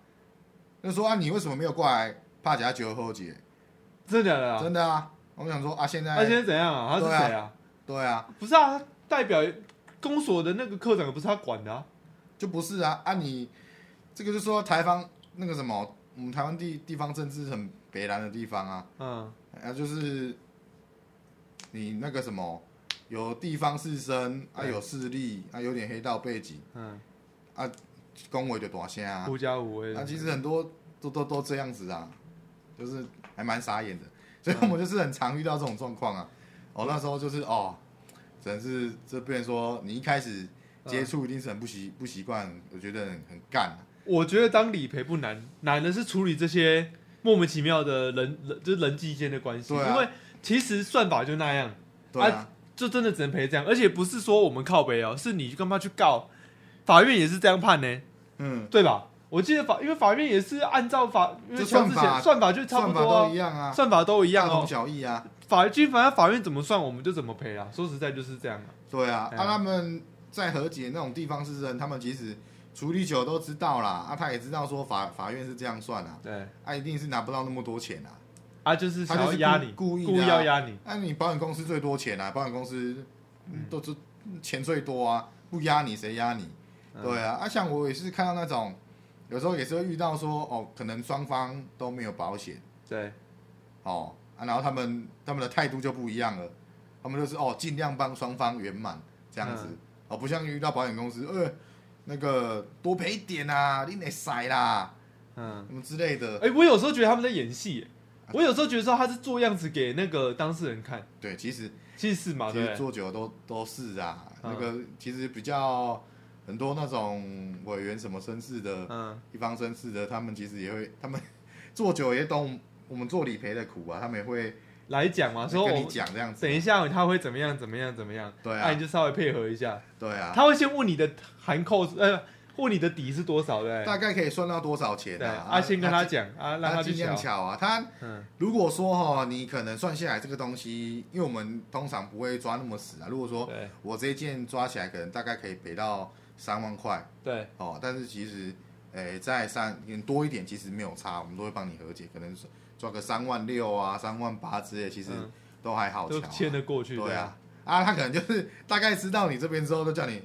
Speaker 3: 就说啊你为什么没有过来怕假酒后解？
Speaker 2: 真的假的啊？
Speaker 3: 真的啊。我们想说啊，现在
Speaker 2: 他现在怎样啊？他是谁
Speaker 3: 对
Speaker 2: 啊？
Speaker 3: 对啊，
Speaker 2: 不是啊，他代表公所的那个科长也不是他管的啊。
Speaker 3: 就不是啊啊你这个就说台方那个什么，我们台湾地地方政治很北蓝的地方啊，
Speaker 2: 嗯，
Speaker 3: 啊就是你那个什么有地方士绅啊，
Speaker 2: 对
Speaker 3: 有势力啊，有点黑道背景，
Speaker 2: 嗯，
Speaker 3: 恭维就大声啊，
Speaker 2: 狐假虎威的。
Speaker 3: 啊其实很多都都都这样子啊，就是还蛮傻眼的， 所以
Speaker 2: 嗯
Speaker 3: 我们就是很常遇到这种状况啊。哦，那时候就是哦，只能是这变成说你一开始接触一定是很不习不习惯，我觉得很很干、啊。
Speaker 2: 我觉得当理赔不难，难的是处理这些莫名其妙的人，人就是人际间的关系。
Speaker 3: 对啊
Speaker 2: 因为其实算法就那样，
Speaker 3: 对
Speaker 2: 哎
Speaker 3: 啊，
Speaker 2: 就真的只能赔这样，而且不是说我们靠北哦，是你干嘛去告，法院也是这样判呢，
Speaker 3: 嗯，
Speaker 2: 对吧？我记得法，因为法院也是按照法，因为
Speaker 3: 就
Speaker 2: 像之
Speaker 3: 算法
Speaker 2: 前算法就差
Speaker 3: 算
Speaker 2: 不
Speaker 3: 法
Speaker 2: 多、
Speaker 3: 都
Speaker 2: 啊
Speaker 3: 一，样啊，
Speaker 2: 算法都一样
Speaker 3: 大同
Speaker 2: 哦。
Speaker 3: 小异啊。
Speaker 2: 法基本上法院怎么算，我们就怎么赔啊。说实在就是这样啊。
Speaker 3: 对啊，
Speaker 2: 对
Speaker 3: 啊
Speaker 2: 啊
Speaker 3: 他们在和解那种地方是人，他们其实处理久都知道啦，啊他也知道说法法院是这样算啊，
Speaker 2: 对，
Speaker 3: 啊一定是拿不到那么多钱啊。
Speaker 2: 啊，就是想
Speaker 3: 他就
Speaker 2: 要
Speaker 3: 是
Speaker 2: 压你，
Speaker 3: 故故意的啊
Speaker 2: 故意要压你。
Speaker 3: 那、你保险公司最多钱啊，保险公司嗯都是钱最多啊，不压你谁压你？
Speaker 2: 嗯
Speaker 3: 对啊，啊像我也是看到那种，有时候也是会遇到说哦，可能双方都没有保险
Speaker 2: 对，
Speaker 3: 哦啊，然后他们他们的态度就不一样了，他们就是哦尽量帮双方圆满这样子、
Speaker 2: 嗯
Speaker 3: 哦，不像遇到保险公司呃那个多赔一点啊，你得塞啦
Speaker 2: 嗯，
Speaker 3: 什么之类的，
Speaker 2: 哎、我有时候觉得他们在演戏耶，我有时候觉得说他是做样子给那个当事人看，
Speaker 3: 对，其实
Speaker 2: 其实是嘛，
Speaker 3: 其
Speaker 2: 哦对
Speaker 3: 实
Speaker 2: 不对？
Speaker 3: 做久了都都是啊，
Speaker 2: 嗯
Speaker 3: 那个其实比较很多那种委员什么绅士的、
Speaker 2: 嗯，
Speaker 3: 一方绅士的，他们其实也会，他们 做久了也懂我们做理赔的苦啊，他们也会
Speaker 2: 来讲嘛，说
Speaker 3: 跟你
Speaker 2: 我
Speaker 3: 讲这样子。
Speaker 2: 等一下他会怎么样怎么样怎么样，
Speaker 3: 对啊
Speaker 2: 那、你就稍微配合一下，
Speaker 3: 对啊，
Speaker 2: 他会先问你的含扣呃，问你的底是多少，对不
Speaker 3: 大
Speaker 2: 对？
Speaker 3: 概可以算到多少钱
Speaker 2: 对，
Speaker 3: 啊？
Speaker 2: 啊，先跟他
Speaker 3: 他，
Speaker 2: 讲啊，让
Speaker 3: 他
Speaker 2: 去
Speaker 3: 尽量
Speaker 2: 瞧，
Speaker 3: 巧啊。他
Speaker 2: 嗯
Speaker 3: 如果说哈、你可能算下来这个东西，因为我们通常不会抓那么死啊。如果说
Speaker 2: 对
Speaker 3: 我这一件抓起来，可能大概可以赔到三万块。
Speaker 2: 对，
Speaker 3: 哦，但是其实，诶、在三嗯多一点其实没有差，我们都会帮你和解，可能是抓个三万六啊、三万八之类，其实
Speaker 2: 嗯
Speaker 3: 都还好
Speaker 2: 都
Speaker 3: 瞧、啊
Speaker 2: 牵得过去，
Speaker 3: 对啊，，啊，他可能就是大概知道你这边之后，都叫你，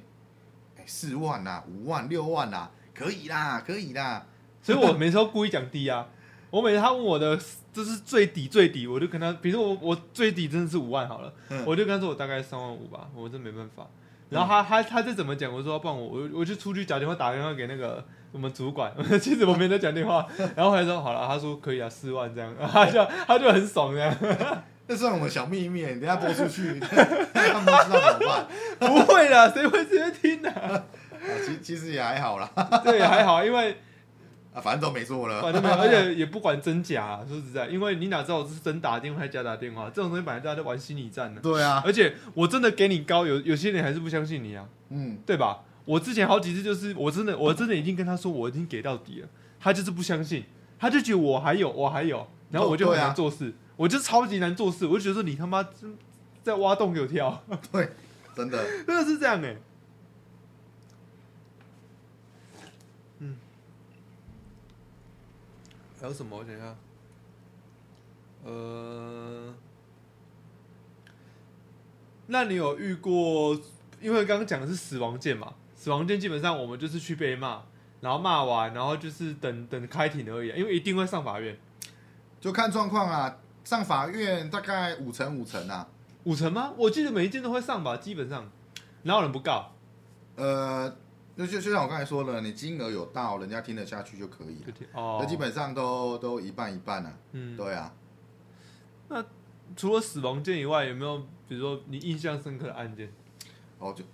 Speaker 3: 哎、四万啦、五万、六万啦、可以啦，可以啦，
Speaker 2: 所以我每次都故意讲低啊。我每次他问我的，这是最底最底，我就跟他，比如说我我最底真的是五万好了，
Speaker 3: 嗯
Speaker 2: 我就跟他说我大概三万五吧，我真没办法。然后他、他他再怎么讲，我说不然我我我就出去打电话打电话给那个我们主管， 其实我没在讲电话，然后后来说好了，他说可以啊，四万这样， 他就他就很爽这样，
Speaker 3: 那算我们小秘密，你等一下播出去， 他们不知道怎么办。
Speaker 2: 不会啦，谁会直接听的、
Speaker 3: 啊、其其实也还好啦，
Speaker 2: 对，还好，因为
Speaker 3: 啊，反正都没做了，
Speaker 2: 反正没有，而且也不管真假、啊说实在，因为你哪知道我是真打电话还是假打电话，这种东西本来大家都玩心理战呢、
Speaker 3: 对啊，
Speaker 2: 而且我真的给你高，有有些人还是不相信你啊，
Speaker 3: 嗯，
Speaker 2: 对吧？我之前好几次就是，我真的我真的已经跟他说我已经给到底了，他就是不相信，他就觉得我还有我还有，然后我就
Speaker 3: 哦
Speaker 2: 很
Speaker 3: 对啊
Speaker 2: 难做事，我就超级难做事，我就觉得你他妈真在挖洞给我跳，
Speaker 3: 对，真的。
Speaker 2: 真的是这样哎、嗯，还有什么？我想一下，呃，那你有遇过？因为刚刚讲的是死亡剑嘛，死亡剑基本上我们就是去被骂，然后骂完，然后就是等等开庭而已，啊因为一定会上法院。
Speaker 3: 就看状况啊，上法院大概五成五成啊。
Speaker 2: 五成吗？我记得每一件都会上吧，基本上哪有人不告？
Speaker 3: 呃，就就就像我刚才说了，你金额有到，人家听得下去就可以
Speaker 2: 就
Speaker 3: 了。
Speaker 2: 听哦，
Speaker 3: 那基本上都都一半一半啊。
Speaker 2: 嗯，
Speaker 3: 对啊，
Speaker 2: 除了死亡剑以外，有没有比如说你印象深刻的案件？
Speaker 3: 哦，就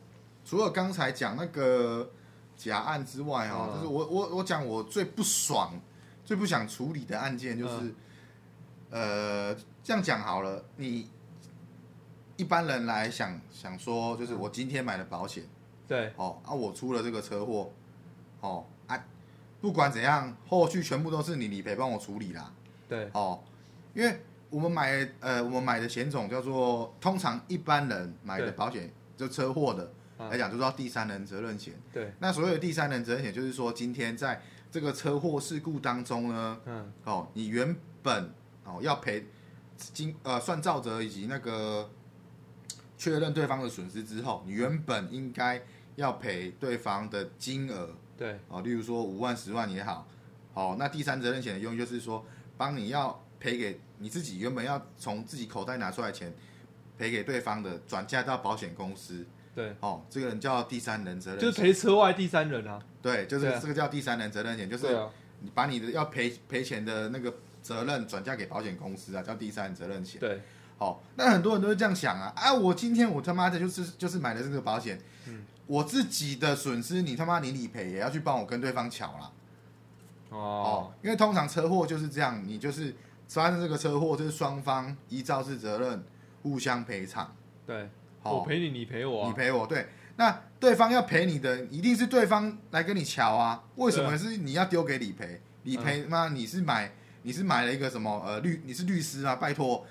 Speaker 3: 除了刚才讲那个假案之外哦，
Speaker 2: 嗯
Speaker 3: 就是我我我讲我最不爽、最不想处理的案件，就是、
Speaker 2: 嗯
Speaker 3: 呃，这样讲好了，你一般人来想想说，就是
Speaker 2: 嗯
Speaker 3: 我今天买了保险。
Speaker 2: 对，
Speaker 3: 哦啊，我出了这个车祸，哦啊，不管怎样，后续全部都是你理赔帮我处理啦，
Speaker 2: 对，
Speaker 3: 哦，因为我们买呃我们买的险种叫做，通常一般人买的
Speaker 2: 对
Speaker 3: 保险就车祸的
Speaker 2: 啊
Speaker 3: 来讲，就叫第三人责任险。
Speaker 2: 对，
Speaker 3: 那所谓的第三人责任险，就是说今天在这个车祸事故当中呢，
Speaker 2: 嗯，
Speaker 3: 哦，你原本哦要赔经呃算照责以及那个确认对方的损失之后，你原本应该要赔对方的金额
Speaker 2: 对，
Speaker 3: 哦，例如说五万、十万也好，哦，那第三责任险的用意就是说，帮你要赔给你自己原本要从自己口袋拿出来的钱赔给对方的，转嫁到保险公司，
Speaker 2: 对，
Speaker 3: 哦，这个人叫第三人责任
Speaker 2: 就
Speaker 3: 险，
Speaker 2: 是赔车外第三人啊，
Speaker 3: 对，就是
Speaker 2: 对啊
Speaker 3: 这个叫第三人责任险，就是
Speaker 2: 对啊，
Speaker 3: 你把你的要赔赔钱的那个责任转嫁给保险公司啊，叫第三人责任险。
Speaker 2: 对，
Speaker 3: 好、那很多人都会这样想啊，啊，我今天我他妈的就是就是买了这个保险，
Speaker 2: 嗯
Speaker 3: 我自己的损失你他妈你理赔也要去帮我跟对方抢啦。
Speaker 2: 哦
Speaker 3: 哦，，因为通常车祸就是这样，你就是发生这个车祸，就是双方依肇事责任互相赔偿。
Speaker 2: 对，哦
Speaker 3: 好、
Speaker 2: 我赔你，你赔我
Speaker 3: 哦你
Speaker 2: 啊，
Speaker 3: 赔我，对，那对方要赔你的，一定是对方来跟你瞧啊。为什么是你要丢给理赔？理赔
Speaker 2: 嗯
Speaker 3: 妈，你是买你是买了一个什么呃律？你是律师啊？拜托，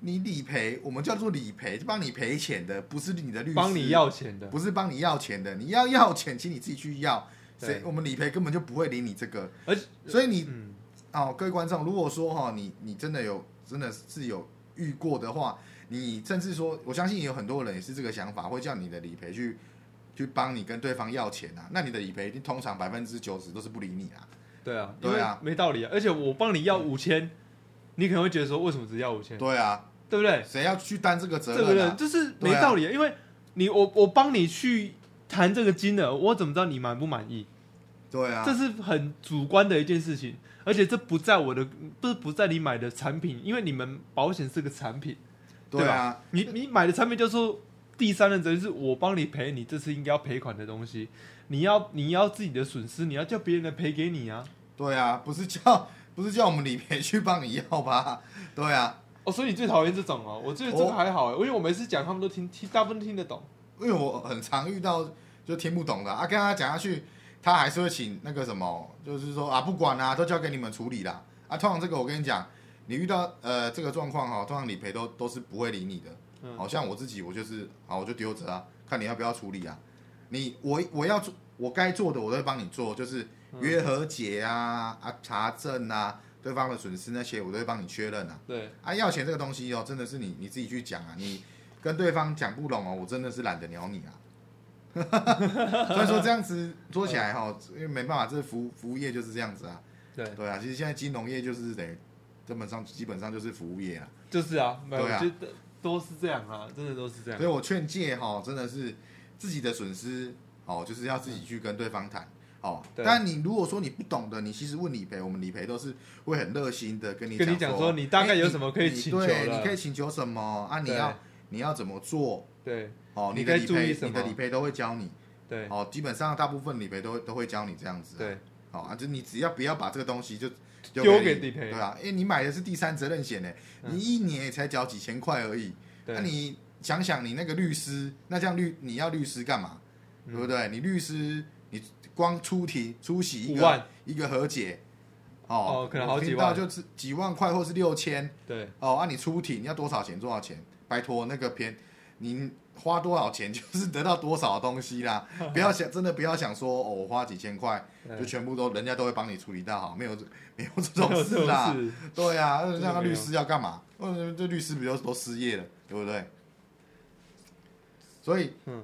Speaker 3: 你理赔，我们叫做理赔，帮你赔钱的，不是你的律师
Speaker 2: 帮你，要钱的，
Speaker 3: 不是帮你要钱的。你要要钱，请你自己去要。谁
Speaker 2: 对？
Speaker 3: 我们理赔根本就不会理你这个，
Speaker 2: 而且，
Speaker 3: 所以你
Speaker 2: 嗯，
Speaker 3: 哦，各位观众，如果说哈、你你真的有真的是有遇过的话，你甚至说，我相信有很多人也是这个想法，会叫你的理赔去去帮你跟对方要钱啊。那你的理赔通常百分之九十都是不理你啊。
Speaker 2: 对啊，
Speaker 3: 对啊嗯
Speaker 2: 因为没道理啊，而且我帮你要五千，你可能会觉得说为什么只要五千，
Speaker 3: 对啊，
Speaker 2: 对不对？
Speaker 3: 谁要去担这个责
Speaker 2: 这个
Speaker 3: 任
Speaker 2: 人
Speaker 3: 啊？
Speaker 2: 就是没道理啊，因为你我我帮你去谈这个金额，我怎么知道你满不满意？
Speaker 3: 对啊
Speaker 2: 这，是很主观的一件事情，而且这不在我的，不是不在你买的产品，因为你们保险是个产品，
Speaker 3: 对啊，
Speaker 2: 吧，你你买的产品叫做第三人责任，是我帮你赔，你这次应该要赔款的东西，你要你要自己的损失，你要叫别人来赔给你啊，
Speaker 3: 对啊，不是叫不是叫我们理赔去帮你要吧？对啊，
Speaker 2: 哦，所以你最讨厌这种哦，我觉得这个还好欸，因为我每次讲他们都听听，大部分都听得懂，
Speaker 3: 因为我很常遇到就听不懂的啊，跟他讲下去，他还是会请那个什么，就是说啊，不管啦、都交给你们处理啦。啊，通常这个我跟你讲，你遇到呃这个状况哈，通常理赔都都是不会理你的。
Speaker 2: 嗯
Speaker 3: 好像我自己，我就是啊，我就丢着啊，看你要不要处理啊。你我我要做我该做的，我都会帮你做，就是约和解啊啊查证啊，对方的损失那些，我都会帮你确认啊。
Speaker 2: 对，
Speaker 3: 啊，要钱这个东西哦，真的是你你自己去讲啊，你跟对方讲不拢哦，我真的是懒得鸟你啊。 所以说这样子做起来哈、哦，因为没办法，这服服务业就是这样子啊。
Speaker 2: 对
Speaker 3: 对啊，其实现在金融业就是得根本上基本上就是服务业啊。
Speaker 2: 就是啊，没有，
Speaker 3: 对啊
Speaker 2: 我觉得都是这样啊，真的都是这样
Speaker 3: 所以，我劝诫哈、真的是自己的损失哦，就是要自己去跟对方谈哦。
Speaker 2: 对
Speaker 3: 但你如果说你不懂的，你其实问理赔，我们理赔都是会很热心的跟你
Speaker 2: 跟你讲说你大概
Speaker 3: 哎
Speaker 2: 有什么可以
Speaker 3: 你
Speaker 2: 请求
Speaker 3: 对，
Speaker 2: 的
Speaker 3: 你可以请求什么啊？你
Speaker 2: 对
Speaker 3: 要你要怎么做？
Speaker 2: 对
Speaker 3: 哦，
Speaker 2: 你
Speaker 3: 你的
Speaker 2: 该
Speaker 3: 理
Speaker 2: 注意
Speaker 3: 赔，
Speaker 2: 什
Speaker 3: 你的
Speaker 2: 么
Speaker 3: 理赔都会教你。
Speaker 2: 对
Speaker 3: 哦，基本上大部分理赔都都会教你这样子、啊。，
Speaker 2: 对，
Speaker 3: 哦啊，就你只要不要把这个东西就
Speaker 2: 丢
Speaker 3: 给
Speaker 2: 给理赔
Speaker 3: 对啊，因为你买的是第三责任险呢，
Speaker 2: 嗯
Speaker 3: 你一年也才缴几千块而已。
Speaker 2: 对
Speaker 3: 那你想想，你那个律师，那这样律你要律师干嘛？
Speaker 2: 嗯
Speaker 3: 对不对？你律师，你光出庭出席一
Speaker 2: 五
Speaker 3: 个
Speaker 2: 万，
Speaker 3: 一个和解，
Speaker 2: 哦可能好几万
Speaker 3: 我听到就是几万块或是六千
Speaker 2: 对
Speaker 3: 哦。啊，你出庭要多少钱？多少钱？拜托，那个偏你花多少钱就是得到多少东西 啦。不要想，真的不要想说哦，我花几千块
Speaker 2: 对
Speaker 3: 就全部都人家都会帮你处理到好，没有这没有这
Speaker 2: 没
Speaker 3: 种
Speaker 2: 有
Speaker 3: 事啊啦。
Speaker 2: 事
Speaker 3: 对呀、啊，
Speaker 2: 的
Speaker 3: 那个
Speaker 2: 没有
Speaker 3: 律师要干嘛？呃，这律师不就都失业了，对不对？所以，
Speaker 2: 嗯，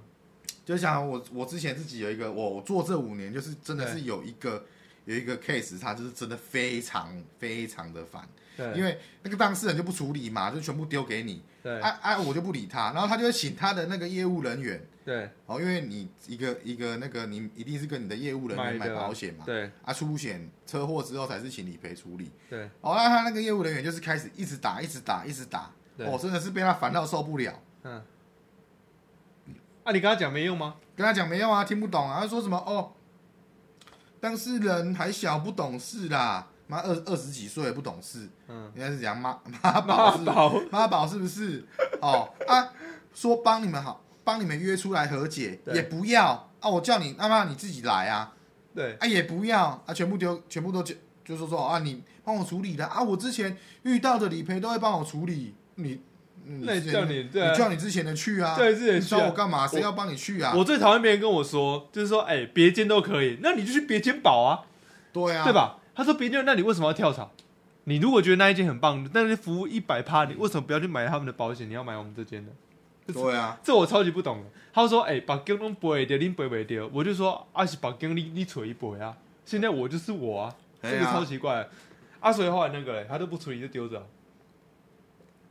Speaker 3: 就想我我之前自己有一个，我我做这五年就是真的
Speaker 2: 对
Speaker 3: 是有一个有一个 case，他就是真的非常非常的烦，
Speaker 2: 对，
Speaker 3: 因为那个当事人就不处理嘛，就全部丢给你，
Speaker 2: 对
Speaker 3: 啊啊，我就不理他，然后他就会请他的那个业务人员，
Speaker 2: 对
Speaker 3: 哦，因为你一个一个那个你一定是跟你的业务人
Speaker 2: 买
Speaker 3: 员买
Speaker 2: 的
Speaker 3: 保险嘛，
Speaker 2: 对
Speaker 3: 啊，出险车祸之后才是请理赔处理。
Speaker 2: 对
Speaker 3: 哦，那他那个业务人员就是开始一直打，一直打，一直打，
Speaker 2: 对
Speaker 3: 哦，真的是被他烦到受不了。
Speaker 2: 嗯，啊，你跟他讲没用 吗？
Speaker 3: 跟他讲没用啊，听不懂啊，他说什么哦，当事人还小不懂事啦，妈二二十几岁不懂事，
Speaker 2: 嗯，
Speaker 3: 应该是讲妈妈宝
Speaker 2: 妈
Speaker 3: 是
Speaker 2: 宝，
Speaker 3: 妈宝是不是？哦啊，说帮你们好，帮你们约出来和解
Speaker 2: 对
Speaker 3: 也不要啊，我叫你阿妈你自己来啊，
Speaker 2: 对
Speaker 3: 啊也不要啊，全部丢，全部都就就是说啊，你帮我处理的啊，我之前遇到的理赔都会帮我处理，你你
Speaker 2: 那你
Speaker 3: 之前
Speaker 2: 叫
Speaker 3: 的
Speaker 2: 你
Speaker 3: 你
Speaker 2: 对啊
Speaker 3: 叫你之前的去啊，
Speaker 2: 叫你之前的
Speaker 3: 你
Speaker 2: 去啊
Speaker 3: 找我干嘛？谁要帮你去啊？
Speaker 2: 我最讨厌别人跟我说，就是说，哎，别间都可以，那你就去别间保啊，
Speaker 3: 对啊，
Speaker 2: 对？吧？他说别间，那你为什么要跳槽？你如果觉得那一间很棒，但是服务一百趴，你为什么不要去买他们的保险？你要买我们这间的？
Speaker 3: 对啊，
Speaker 2: 这我超级不懂的。他说：“哎、把金拢背掉，你背不掉。”我就说：“啊，是把金你你锤一背啊！现在我就是我啊，
Speaker 3: 哎
Speaker 2: 这个
Speaker 3: 呀
Speaker 2: 超奇怪的。啊，所以后来那个嘞，他都不处理，就丢着啊，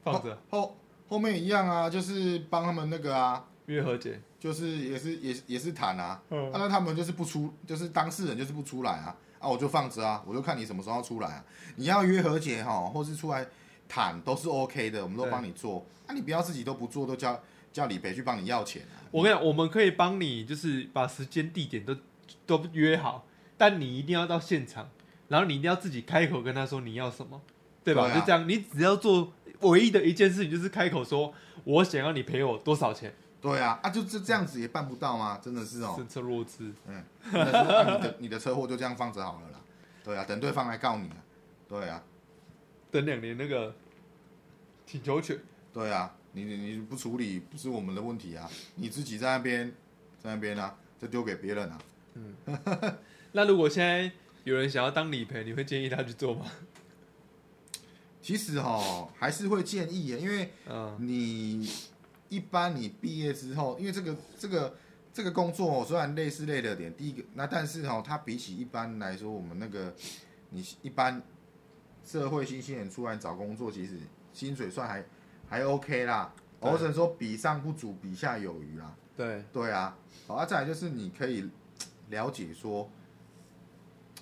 Speaker 2: 放着啊
Speaker 3: 后后后面一样啊，就是帮他们那个啊，
Speaker 2: 约和解。
Speaker 3: 就是也是也是也是谈啊，
Speaker 2: 嗯
Speaker 3: 啊那他们就是不出，就是当事人就是不出来啊，啊我就放着啊，我就看你什么时候要出来啊，你要约和解哈，或是出来谈都是 OK 的，我们都
Speaker 2: 对
Speaker 3: 帮你做，啊你不要自己都不做，都叫叫李培去帮你要钱啊，
Speaker 2: 我跟你讲，我们可以帮你，就是把时间、地点都都约好，但你一定要到现场，然后你一定要自己开口跟他说你要什么，对吧？
Speaker 3: 对啊
Speaker 2: 就这样，你只要做唯一的一件事情，就是开口说我想要你赔我多少钱，
Speaker 3: 对啊，啊就这这样子也办不到吗？真的是哦、
Speaker 2: 是这弱智。
Speaker 3: 嗯，那是啊你的你的车祸就这样放着好了啦。对啊，等对方来告你啊。对啊，
Speaker 2: 等两年那个请求权，
Speaker 3: 对啊，你你你不处理不是我们的问题啊，你自己在那边在那边啊，就丢给别人啊。
Speaker 2: 那如果现在有人想要当理赔，你会建议他去做吗？
Speaker 3: 其实哈，还是会建议耶，因为
Speaker 2: 嗯，
Speaker 3: 你一般你毕业之后，因为这个这个这个工作哦虽然累是累了点，第一个那但是哦，它比起一般来说，我们那个你一般社会新鲜人出来找工作，其实薪水算还还 OK 啦，
Speaker 2: 对
Speaker 3: 我只能说比上不足，比下有余啦。
Speaker 2: 对，
Speaker 3: 对啊，好啊，再来就是你可以了解说，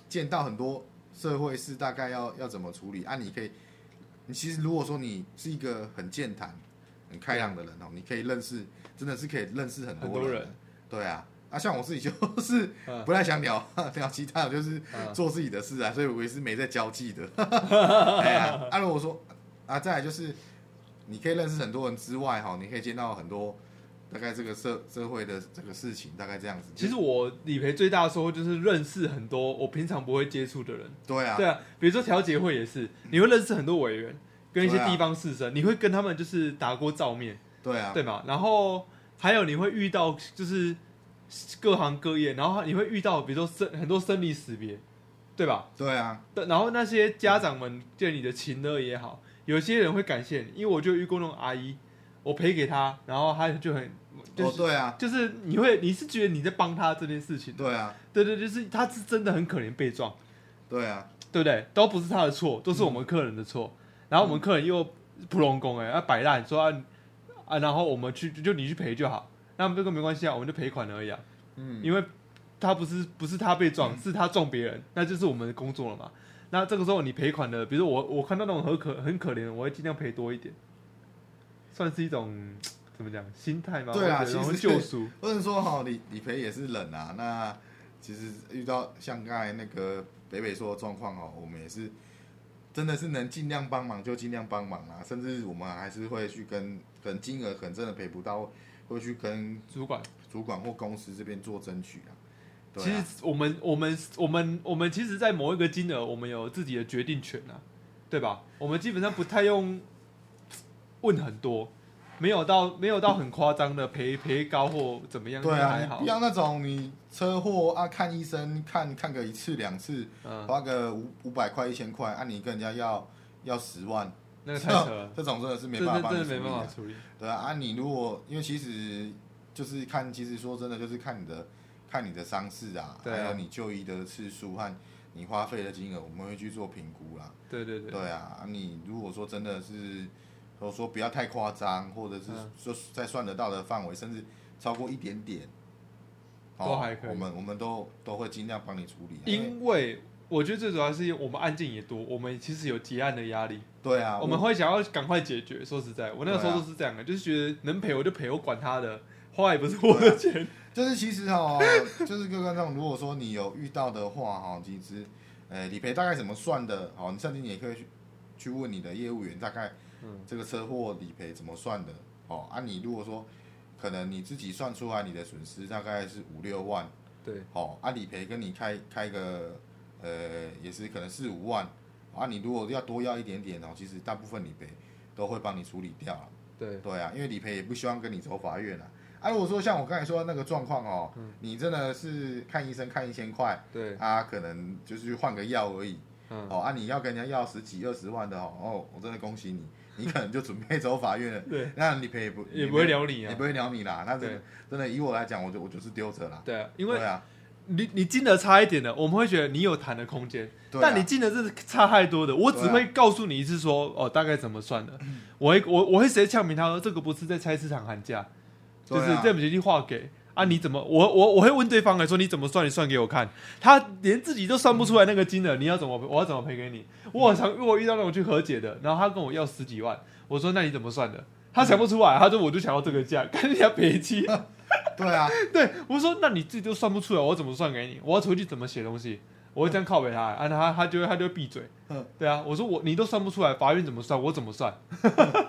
Speaker 3: 见到很多社会事大概要要怎么处理啊？你可以，你其实如果说你是一个很健谈、很开朗的人哦，你可以认识，真的是可以认识很
Speaker 2: 很
Speaker 3: 多
Speaker 2: 多
Speaker 3: 人。
Speaker 2: 人，
Speaker 3: 对啊，啊，像我自己就是
Speaker 2: 嗯
Speaker 3: 不太想聊、聊其他的，就是
Speaker 2: 嗯
Speaker 3: 做自己的事啊，所以我也是没在交际 的。哎呀，啊，如果说啊，再来就是你可以认识很多人之外，哈，你可以见到很多大概这个社社会的这个事情，大概这样子。
Speaker 2: 其实我理赔最大的收获就是认识很多我平常不会接触的人。
Speaker 3: 对啊，嗯
Speaker 2: 对啊，比如说调解会也是，你会认识很多委员跟一些
Speaker 3: 对啊
Speaker 2: 地方士绅，你会跟他们就是打过照面，
Speaker 3: 对啊，
Speaker 2: 对吗？然后还有你会遇到就是各行各业，然后你会遇到比如说生很多生离死别，对吧？
Speaker 3: 对啊，
Speaker 2: 对，然后那些家长们对你的情勒也好，有些人会感谢你，因为我就遇过那种阿姨，我赔给她，然后她就很就
Speaker 3: 哦，
Speaker 2: 是、
Speaker 3: 对啊，
Speaker 2: 就是你会你是觉得你在帮她这件事情，
Speaker 3: 对啊，
Speaker 2: 对对，就是她是真的很可怜被撞，
Speaker 3: 对啊，
Speaker 2: 对不对？都不是他的
Speaker 3: 嗯
Speaker 2: 错，都是我们客人的错。然后我们客人又不龙工哎，啊摆烂说啊啊，然后我们去就你去赔就好，那我们这个没关系啊，我们就赔款而已啊，
Speaker 3: 嗯，
Speaker 2: 因为他不是不是他被撞，是他撞别人，那就是我们的工作了嘛。那这个时候你赔款的，比如我我看到那种很可很可怜的，我会尽量赔多一点，算是一种怎么讲心态吗？
Speaker 3: 对啊
Speaker 2: 或者
Speaker 3: 其实
Speaker 2: 然后救赎，
Speaker 3: 或者说哈，理理赔也是人啊，那其实遇到像刚才那个北北说的状况哦，我们也是真的是能尽量帮忙就尽量帮忙啦、甚至我们还是会去跟，可能金额可能真的赔不到，会去跟
Speaker 2: 主管。
Speaker 3: 主管或公司这边做争取啊。对
Speaker 2: 其实
Speaker 3: 啊，
Speaker 2: 我们我们我们我们其实，在某一个金额，我们有自己的决定权啊，对吧？我们基本上不太用问很多，没有到没有到很夸张的赔赔高或怎么样，
Speaker 3: 对
Speaker 2: 那
Speaker 3: 啊，
Speaker 2: 还
Speaker 3: 你
Speaker 2: 好
Speaker 3: 不。要那种你车祸啊，看医生看看个一次两次，
Speaker 2: 嗯，
Speaker 3: 花个五五百块一千块，啊，你跟人家要要十万，
Speaker 2: 那个太扯了，
Speaker 3: 这种真的是没
Speaker 2: 真
Speaker 3: 办法
Speaker 2: 的
Speaker 3: 帮
Speaker 2: 真的
Speaker 3: 你处
Speaker 2: 没
Speaker 3: 理
Speaker 2: 办
Speaker 3: 啊
Speaker 2: 法。处理。
Speaker 3: 对啊，啊你如果因为其实就是看，其实说真的就是看你的看你的伤势啊，
Speaker 2: 对啊
Speaker 3: 还有你就医的次数和你花费的金额，我们会去做评估啦。
Speaker 2: 对对对，
Speaker 3: 对啊，啊你如果说真的是，我说不要太夸张，或者是
Speaker 2: 嗯
Speaker 3: 说在算得到的范围，甚至超过一点点，哦
Speaker 2: 都还可以
Speaker 3: 我们我们都都会尽量帮你处理啊、因为
Speaker 2: 因为我觉得最主要是我们案件也多，我们其实有结案的压力，
Speaker 3: 对啊，
Speaker 2: 我们会想要赶快解决。说实在，我那个时候
Speaker 3: 对啊
Speaker 2: 都是这样的，就是觉得能赔我就赔，我管他的，花也不是我的钱。
Speaker 3: 就是其实哦，就是各位观众，如果说你有遇到的话哈，其实，呃，理赔大概怎么算的？好，你甚至你也可以去去问你的业务员，大概
Speaker 2: 嗯
Speaker 3: 这个车祸理赔怎么算的？哦，啊，你如果说可能你自己算出来你的损失大概是五六万，
Speaker 2: 对，
Speaker 3: 哦，啊，理赔跟你开开个呃也是可能四五万，啊，你如果要多要一点点哦，其实大部分理赔都会帮你处理掉了。
Speaker 2: 对，
Speaker 3: 对啊，因为理赔也不希望跟你走法院啊。啊，如果说像我刚才说的那个状况哦，你真的是看医生看一千块
Speaker 2: 嗯对，
Speaker 3: 啊，可能就是去换个药而已，
Speaker 2: 嗯
Speaker 3: 哦啊，你要跟人家要十几二十万的哦，哦，我真的恭喜你，你可能就准备走法院了。
Speaker 2: 对，
Speaker 3: 那理赔也不
Speaker 2: 也不会聊你
Speaker 3: 也
Speaker 2: 啊
Speaker 3: 不。会聊你啦。那真
Speaker 2: 对
Speaker 3: 的真的以我来讲，我就我就是丢着啦。
Speaker 2: 对啊，因为
Speaker 3: 对啊，
Speaker 2: 你你进的差一点的，我们会觉得你有谈的空间，
Speaker 3: 对啊
Speaker 2: 但你进的是差太多的，我只
Speaker 3: 对啊嗯
Speaker 2: 会告诉你一次说哦大概怎么算的，我会我我会直接呛明他说这个不是在菜市场喊价，就
Speaker 3: 对
Speaker 2: 是
Speaker 3: 啊
Speaker 2: 这本学期划给啊你怎么我我我会问对方来说你怎么算你算给我看，他连自己都算不出来那个金额，你要怎么我要怎么赔给你？我很
Speaker 3: 嗯
Speaker 2: 常我遇到那种去和解的，然后他跟我要十几万，我说那你怎么算的？他想不出来，他说我就想要这个价，跟人家赔七。
Speaker 3: 对啊，
Speaker 2: 对，我说那你自己就算不出来，我怎么算给你？我要回去怎么写东西？我会这样靠北他，啊，他他就会他就会闭嘴
Speaker 3: 嗯。
Speaker 2: 对啊，我说我你都算不出来，法院怎么算？我怎么 算？
Speaker 3: 哦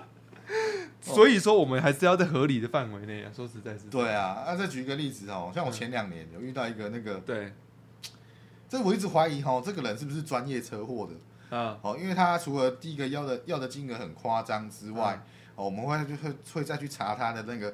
Speaker 2: 所以说我们还是要在合理的范围内啊。说实在是，
Speaker 3: 对啊。那再举一个例子哦，像
Speaker 2: 嗯
Speaker 3: 我前两年有遇到一个那个，
Speaker 2: 对，
Speaker 3: 这我一直怀疑哦，这个人是不是专业车祸的？
Speaker 2: 啊，
Speaker 3: 哦，因为他除了第一个要的要的金额很夸张
Speaker 2: 嗯
Speaker 3: 之外，哦，我们会就会会再去查他的那个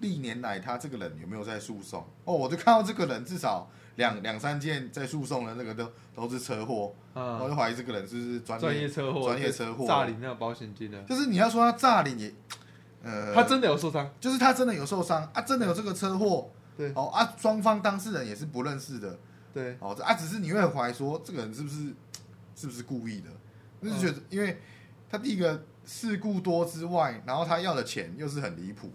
Speaker 3: 历年来他这个人有没有在诉讼。哦，我就看到这个人至少两两三件在诉讼的那个都都是车祸，我
Speaker 2: 啊，
Speaker 3: 就怀疑这个人是不是专
Speaker 2: 专
Speaker 3: 哦业
Speaker 2: 业车祸，
Speaker 3: 专业车祸
Speaker 2: 诈领那个保险金的，
Speaker 3: 就是你要说他诈领也，呃，
Speaker 2: 他真的有受伤，
Speaker 3: 就是他真的有受伤啊，真的有这个车祸，
Speaker 2: 对
Speaker 3: 哦啊，双方当事人也是不认识的，
Speaker 2: 对，
Speaker 3: 哦啊，只是你会很怀疑说这个人是不是是不是故意的，就是觉得、因为他第一个事故多之外，然后他要的钱又是很离谱，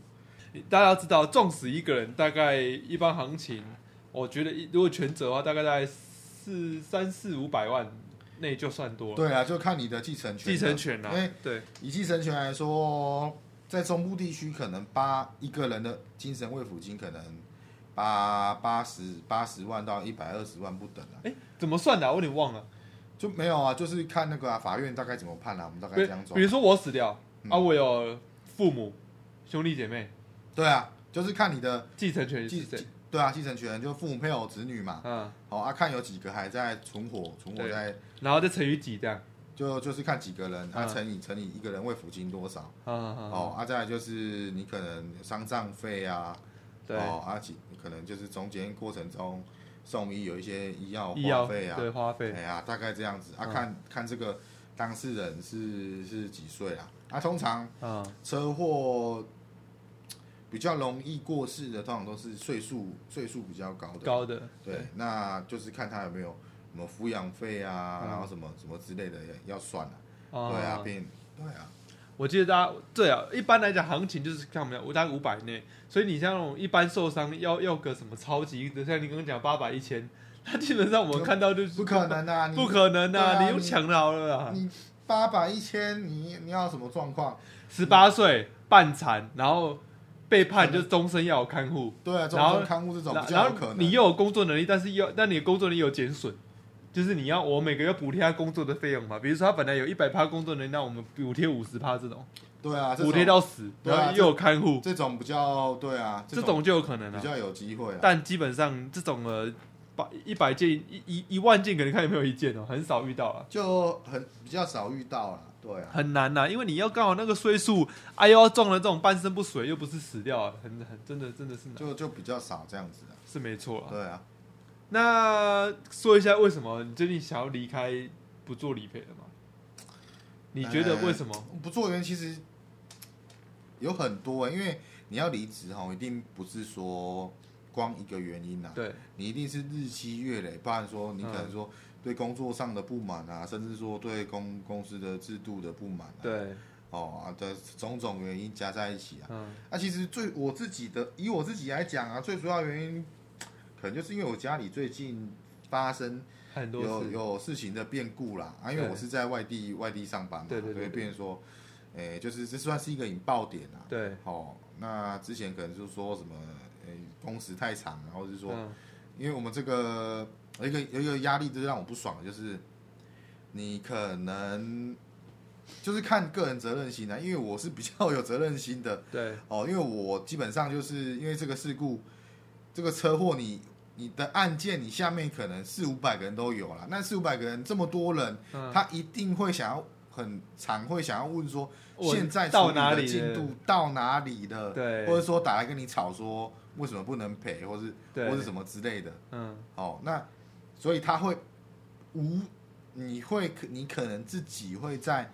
Speaker 2: 大家要知道，撞死一个人大概一般行情，我觉得一如果全责的话，大概在四三四五百万内就算多了。
Speaker 3: 对啊，就看你的继承权，
Speaker 2: 继承权啊
Speaker 3: 因为，
Speaker 2: 对
Speaker 3: 以继承权来说，在中部地区可能八一个人的精神慰抚金可能八八十八十万到一百二十万不等啊。
Speaker 2: 哎，怎么算的啊、我有点忘了。
Speaker 3: 就没有啊，就是看那个啊，法院大概怎么判啊，我们大概
Speaker 2: 比
Speaker 3: 这样走
Speaker 2: 比。如说我死掉、
Speaker 3: 嗯
Speaker 2: 啊，我有父母、兄弟姐妹，
Speaker 3: 对啊，就是看你的
Speaker 2: 继承权
Speaker 3: 继
Speaker 2: 是谁
Speaker 3: 继？对啊，继承权就父母、配偶、子女嘛。
Speaker 2: 嗯，
Speaker 3: 哦啊，看有几个还在存活，存活
Speaker 2: 对
Speaker 3: 在
Speaker 2: 然后再乘以几这样。
Speaker 3: 就就是看几个人，他
Speaker 2: 嗯
Speaker 3: 乘以乘以一个人为抚金多少。
Speaker 2: 啊啊啊！
Speaker 3: 哦啊，再来就是你可能丧葬费啊，
Speaker 2: 对，
Speaker 3: 哦啊几可能就是中间过程中送医有一些医药
Speaker 2: 医药
Speaker 3: 花费啊，
Speaker 2: 对花费
Speaker 3: 哎，呀，大概这样子啊，
Speaker 2: 嗯
Speaker 3: 看看这个当事人是是几岁啊？啊，通常。
Speaker 2: 嗯，
Speaker 3: 车祸比较容易过世的，通常都是岁数岁数比较高的。
Speaker 2: 高的
Speaker 3: 对，那就是看他有没有什么抚养费啊，
Speaker 2: 嗯
Speaker 3: 然后什么什么之类的要要算啊。
Speaker 2: 啊
Speaker 3: 对啊，并对啊，
Speaker 2: 我记得大家对啊，一般来讲行情就是看我们大概五百内，所以你像那种一般受伤要要个什么超级的，像你刚刚讲八百一千，他基本上我们看到就是
Speaker 3: 不可，能啊，你
Speaker 2: 不可能
Speaker 3: 对
Speaker 2: 啊，
Speaker 3: 啊
Speaker 2: 你用抢的好了啦，
Speaker 3: 你八百一千，你你要什么状况？
Speaker 2: 十八岁半残，然后被判就终身要有看护，
Speaker 3: 对啊，终
Speaker 2: 然后
Speaker 3: 身看护这种
Speaker 2: 然
Speaker 3: 比较有
Speaker 2: 然
Speaker 3: 可
Speaker 2: 后
Speaker 3: 能。
Speaker 2: 你又有工作能力，但是又但你的工作能力有减损，就是你要我每个月补贴他工作的费用嘛，比如说他本来有一百趴工作能力，那我们补贴五十趴这种，
Speaker 3: 对啊，这
Speaker 2: 补贴
Speaker 3: 种
Speaker 2: 到死，
Speaker 3: 对啊
Speaker 2: 然后又有看护，
Speaker 3: 这种比较对啊，
Speaker 2: 这
Speaker 3: 种
Speaker 2: 种就有可能了、
Speaker 3: 比较有机会啊。
Speaker 2: 但基本上这种呃，百一百件一一一万件，可能看有没有一件哦，很少遇到啊，
Speaker 3: 就很比较少遇到了，对啊，
Speaker 2: 很难呐、因为你要刚好那个岁数，哎呦撞了这种半身不遂，又不是死掉啊，很很真的真的是难，
Speaker 3: 就就比较少这样子啊，
Speaker 2: 是没错啊。
Speaker 3: 对啊。
Speaker 2: 那说一下为什么你最近想要离开不做理赔了吗？你觉得为什么？
Speaker 3: 不做原因其实有很多、啊因为你要离职哈，一定不是说光一个原因啊呐、
Speaker 2: 对，
Speaker 3: 你一定是日积月累，不然说你可
Speaker 2: 嗯
Speaker 3: 能说对工作上的不满啊，甚至说对公公司的制度的不满、啊，，
Speaker 2: 对，
Speaker 3: 哦啊的种种原因加在一起啊。
Speaker 2: 嗯，
Speaker 3: 那、其实最我自己的，以我自己来讲啊，最主要原因可能就是因为我家里最近发生
Speaker 2: 很多
Speaker 3: 有
Speaker 2: 次，
Speaker 3: 有事情的变故啦，啊，因为
Speaker 2: 对
Speaker 3: 我是在外地外地上班嘛，
Speaker 2: 对对对
Speaker 3: 所以
Speaker 2: 对
Speaker 3: 变成说，诶、就是这算是一个引爆点啊。
Speaker 2: 对，
Speaker 3: 哦，那之前可能就是说什么，诶、工时太长，然后就是说，
Speaker 2: 嗯，
Speaker 3: 因为我们这个有一个有一个压力，就是让我不爽的，就是你可能就是看个人责任心啊，因为我是比较有责任心的，
Speaker 2: 对，
Speaker 3: 哦，因为我基本上就是因为这个事故，这个车祸你，你的案件，你下面可能四五百个人都有啦。那四五百个人这么多人，
Speaker 2: 嗯，
Speaker 3: 他一定会想要很常会想要问说，
Speaker 2: 我
Speaker 3: 现在
Speaker 2: 到
Speaker 3: 处理
Speaker 2: 哪
Speaker 3: 的
Speaker 2: 里
Speaker 3: 进
Speaker 2: 了
Speaker 3: 度到哪里了？
Speaker 2: 对
Speaker 3: 或者说打来跟你吵说为什么不能赔，或是
Speaker 2: 对
Speaker 3: 或是什么之类的。
Speaker 2: 嗯，
Speaker 3: 哦，那所以他会无你会可你可能自己会在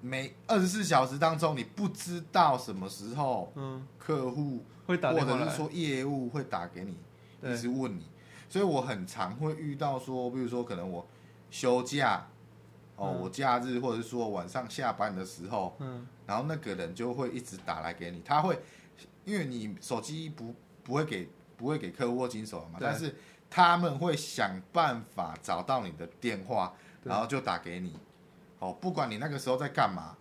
Speaker 3: 每二十四小时当中，你不知道什么时候
Speaker 2: 嗯，
Speaker 3: 客户
Speaker 2: 会打电
Speaker 3: 或
Speaker 2: 话
Speaker 3: 者是
Speaker 2: 来，
Speaker 3: 说业务会打给你，
Speaker 2: 对
Speaker 3: 一直问你，所以我很常会遇到说，比如说可能我休假，哦，
Speaker 2: 嗯
Speaker 3: 我假日或者是说晚上下班的时候，
Speaker 2: 嗯，
Speaker 3: 然后那个人就会一直打来给你，他会因为你手机不不会给不会给客户握金手嘛，
Speaker 2: 对
Speaker 3: 但是他们会想办法找到你的电话，
Speaker 2: 对
Speaker 3: 然后就打给你，哦，不管你那个时候在干嘛，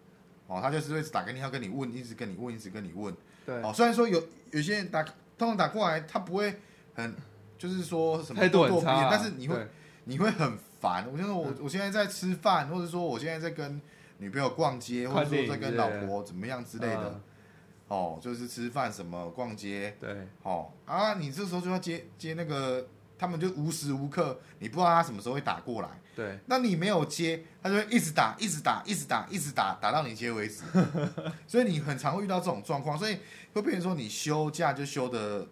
Speaker 3: 哦，他就是会一直打给你，要跟你问，一直跟你问，一直跟你问。
Speaker 2: 对，
Speaker 3: 哦，虽然说有有些人打通常打过来，他不会很就是说什么
Speaker 2: 态度
Speaker 3: 咄咄
Speaker 2: 很
Speaker 3: 逼
Speaker 2: 差
Speaker 3: 人
Speaker 2: 啊，
Speaker 3: 但是你会
Speaker 2: 对
Speaker 3: 你会很烦。我就说我
Speaker 2: 嗯
Speaker 3: 我现在在吃饭，或者说我现在在跟女朋友逛街，或
Speaker 2: 看
Speaker 3: 者说在
Speaker 2: 电影
Speaker 3: 跟
Speaker 2: 之
Speaker 3: 老
Speaker 2: 类的
Speaker 3: 婆怎么样之类的
Speaker 2: 嗯，
Speaker 3: 哦，就是吃饭什么逛街，
Speaker 2: 对，
Speaker 3: 哦啊，你这时候就要接接那个，他们就无时无刻你不知道他什么时候会打过来。
Speaker 2: 对，
Speaker 3: 那你没有接，他就会一直打，一直打，一直打，一直打，打到你接 为止。所以你很常会遇到这种状况，所以会变成说你休假就休的，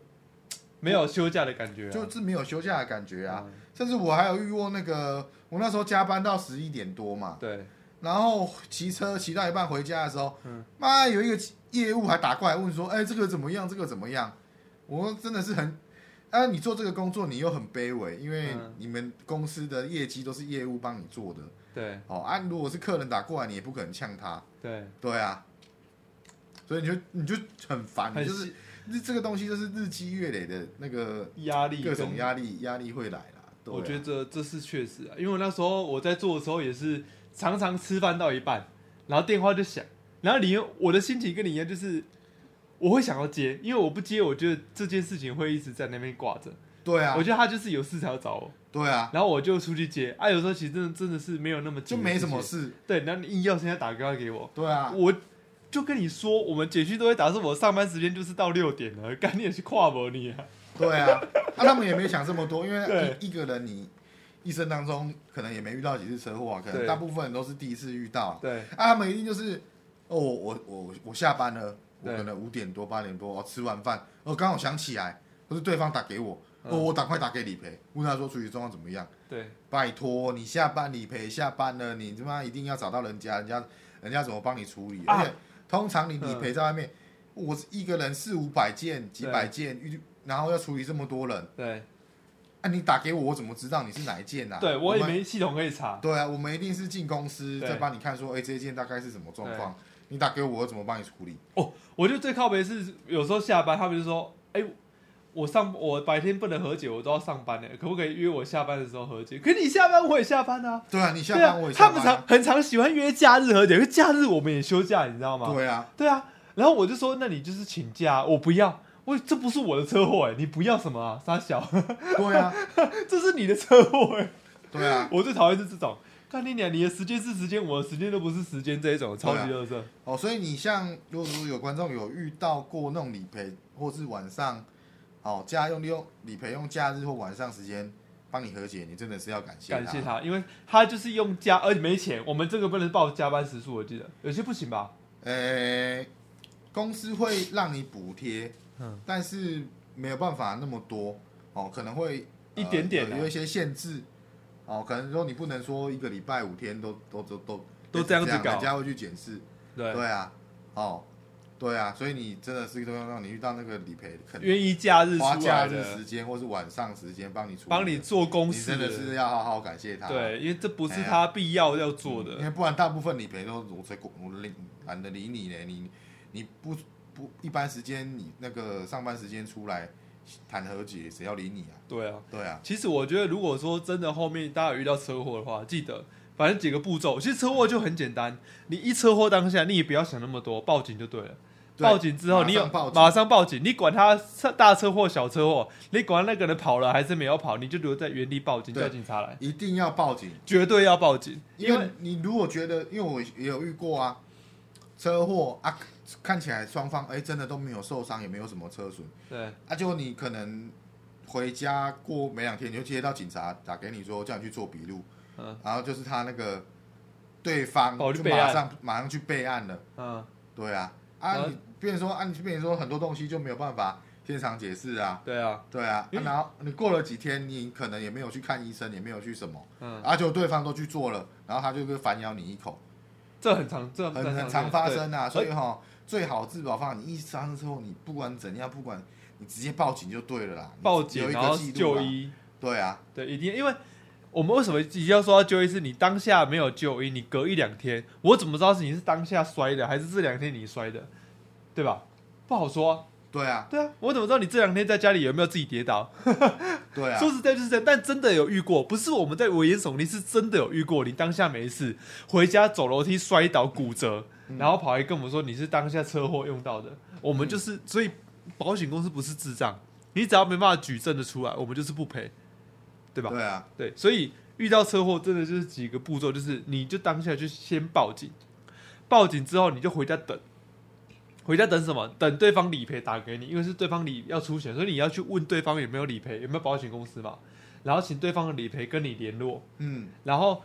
Speaker 2: 没有休假的感觉啊，
Speaker 3: 就是没有休假的感觉啊。
Speaker 2: 嗯
Speaker 3: 甚至我还有遇过那个，我那时候加班到十一点多嘛，
Speaker 2: 对，
Speaker 3: 然后骑车骑到一半回家的时候
Speaker 2: 嗯，
Speaker 3: 妈、有一个业务还打过来问说：“哎、这个怎么样？这个怎么样？”我真的是很，啊，你做这个工作你又很卑微，因为
Speaker 2: 嗯
Speaker 3: 你们公司的业绩都是业务帮你做的。
Speaker 2: 对，
Speaker 3: 哦啊，如果是客人打过来，你也不可能呛他，
Speaker 2: 对，
Speaker 3: 对啊，所以你就你就很烦，
Speaker 2: 很
Speaker 3: 你就是这这个东西就是日积月累的那个
Speaker 2: 压力
Speaker 3: 各
Speaker 2: 跟
Speaker 3: 种压力压力会来啦。对啊
Speaker 2: 我觉得这是确实啊，因为我那时候我在做的时候也是常常吃饭到一半，然后电话就响，然后你又我的心情跟你一样，就是我会想要接，因为我不接，我觉得这件事情会一直在那边挂着。
Speaker 3: 对啊
Speaker 2: 我，觉得他就是有事才要找我，
Speaker 3: 对啊，
Speaker 2: 然后我就出去接。啊，有时候其实真的真的是没有那么急
Speaker 3: 就
Speaker 2: 的
Speaker 3: 没什么
Speaker 2: 事
Speaker 3: 事
Speaker 2: 情，，对，然后你硬要现在打电话给我，
Speaker 3: 对啊，
Speaker 2: 我就跟你说，我们简讯都会打说，我上班时间就是到六点了，干你也是跨模你啊，
Speaker 3: 对啊，啊，他们也没想这么多，因 为
Speaker 2: 对
Speaker 3: 一一个人你一生当中可能也没遇到几次车祸啊，可能
Speaker 2: 对
Speaker 3: 大部分人都是第一次遇到啊，
Speaker 2: 对
Speaker 3: 啊，他们一定就是，哦，我我我我下班了，我
Speaker 2: 对
Speaker 3: 可能五点多八点多，我吃完饭，哦，刚好想起来，或是对方打给我，哦，
Speaker 2: 嗯
Speaker 3: 我赶快打给理赔，问他说处理状况怎么样？
Speaker 2: 对
Speaker 3: 拜托，你下班理赔下班了，你他妈一定要找到人家，人家人家怎么帮你处理？
Speaker 2: 啊
Speaker 3: 而且通常你理
Speaker 2: 嗯
Speaker 3: 赔在外面，我一个人四五百件、几百件，遇然后要处理这么多人，
Speaker 2: 对
Speaker 3: 啊，你打给我，我怎么知道你是哪一件啊？
Speaker 2: 对，我也
Speaker 3: 们
Speaker 2: 没系统可以查，
Speaker 3: 对啊，我们一定是进公司
Speaker 2: 对
Speaker 3: 再帮你看说，哎、这一件大概是什么状况，你打给我，我怎么帮你处理？
Speaker 2: 哦，我觉得最靠北是有时候下班，他们就说：“哎、我上我白天不能和解，我都要上班呢，可不可以约我下班的时候和解？”可你下班我也下班啊，
Speaker 3: 对啊，你下
Speaker 2: 对啊
Speaker 3: 班我也，下
Speaker 2: 他们
Speaker 3: 班
Speaker 2: 常
Speaker 3: 啊、
Speaker 2: 很常喜欢约假日和解，因为假日我们也休假，你知道吗？
Speaker 3: 对啊，
Speaker 2: 对啊，然后我就说：“那你就是请假，我不要。”我这不是我的车祸哎，你不要什么啊，傻小，
Speaker 3: 对啊，
Speaker 2: 这是你的车祸哎，
Speaker 3: 对啊。
Speaker 2: 我最讨厌是这种，看你俩，你的时间是时间，我的时间都不是时间这一种，超级
Speaker 3: 对
Speaker 2: 恶色，
Speaker 3: 哦，所以你像如果说有观众有遇到过那种理赔，或是晚上哦家用利用理赔用假日或晚上时间帮你和解，你真的是要感谢
Speaker 2: 感谢
Speaker 3: 他。
Speaker 2: 他，因为他就是用加，而且没钱，我们这个不能报加班时数，我记得有些不行吧？
Speaker 3: 呃，公司会让你补贴，
Speaker 2: 嗯
Speaker 3: 但是没有办法那么多哦，可能会呃
Speaker 2: 一点点啊
Speaker 3: 有有一些限制哦，可能说你不能说一个礼拜五天都都都都
Speaker 2: 都这样子搞
Speaker 3: 人家会去检视。
Speaker 2: 对，
Speaker 3: 对啊，哦，对啊，所以你真的是都要让你遇到那个理赔，肯定。
Speaker 2: 愿意假日
Speaker 3: 花
Speaker 2: 出
Speaker 3: 假
Speaker 2: 来
Speaker 3: 日
Speaker 2: 的
Speaker 3: 时，间或是晚上时间帮你处理的，
Speaker 2: 帮你做公
Speaker 3: 你
Speaker 2: 司
Speaker 3: 真的是要好好感谢他。
Speaker 2: 对，因为这不是
Speaker 3: 哎呀
Speaker 2: 他必要要做
Speaker 3: 嗯，因
Speaker 2: 的，
Speaker 3: 为不然大部分理赔都我才我理懒得理你嘞，你你不不一般时间你那个上班时间出来谈和解，谁要理你啊？
Speaker 2: 对啊。
Speaker 3: 对啊，
Speaker 2: 其实我觉得，如果说真的后面大家有遇到车祸的话，记得反正几个步骤，其实车祸就很简单，你一车祸当下，你也不要想那么多，报警就对了。
Speaker 3: 对
Speaker 2: 报警之后，
Speaker 3: 马上
Speaker 2: 你有
Speaker 3: 报警
Speaker 2: 马上报警，你管他车大车祸小车祸，你管那个人跑了还是没有跑，你就留在原地报警，
Speaker 3: 对
Speaker 2: 叫警察来。
Speaker 3: 一定要报警，
Speaker 2: 绝对要报警，
Speaker 3: 因
Speaker 2: 因
Speaker 3: 为
Speaker 2: 为
Speaker 3: 你如果觉得，因为我也有遇过啊，车祸啊，看起来双方哎、真的都没有受伤，也没有什么车损，
Speaker 2: 对
Speaker 3: 啊，就你可能回家过没两天，你就接到警察打给你说叫你去做笔录，
Speaker 2: 嗯
Speaker 3: 然后就是他那个对方
Speaker 2: 哦
Speaker 3: 就
Speaker 2: 就备
Speaker 3: 马
Speaker 2: 案
Speaker 3: 上马上去备案了，
Speaker 2: 嗯
Speaker 3: 对啊，
Speaker 2: 然
Speaker 3: 啊，
Speaker 2: 后
Speaker 3: 你变成说啊，你变成说很多东西就没有办法现场解释啊，
Speaker 2: 对啊，
Speaker 3: 对啊，啊
Speaker 2: 因为
Speaker 3: 然后你过了几天，你可能也没有去看医生，也没有去什么，
Speaker 2: 嗯，
Speaker 3: 而且、就对方都去做了，然后他就会反咬你一口，
Speaker 2: 这很常，这
Speaker 3: 很很常发生啊。所以哈、最好自保方法，你一发生之后，你不管怎样，不管你直接报警就对了啦，
Speaker 2: 报
Speaker 3: 有
Speaker 2: 警
Speaker 3: 一
Speaker 2: 然
Speaker 3: 个
Speaker 2: 后
Speaker 3: 记录
Speaker 2: 就
Speaker 3: 啦。
Speaker 2: 医，
Speaker 3: 对啊，
Speaker 2: 对，一定，因为我们为什么一定要说要就医？是你当下没有就医，你隔一两天，我怎么知道是你是当下摔的，还是这两天你摔的，对吧？不好说、啊，
Speaker 3: 对啊，
Speaker 2: 对啊，我怎么知道你这两天在家里有没有自己跌倒？
Speaker 3: 对啊
Speaker 2: 说，实在就是这样，但真的有遇过，不是我们在危言耸听，是真的有遇过。你当下没事，回家走楼梯摔倒骨折，
Speaker 3: 嗯
Speaker 2: 然后跑来跟我们说你是当下车祸用到的，我们就是、所以保险公司不是智障，你只要没办法举证的出来，我们就是不赔，对吧？
Speaker 3: 对啊，
Speaker 2: 对，所以遇到车祸真的就是几个步骤，就是你就当下就先报警，报警之后你就回家等，回家等什么？等对方理赔打给你，因为是对方理要出钱，所以你要去问对方有没有理赔，有没有保险公司嘛，然后请对方的理赔跟你联络，
Speaker 3: 嗯，
Speaker 2: 然后。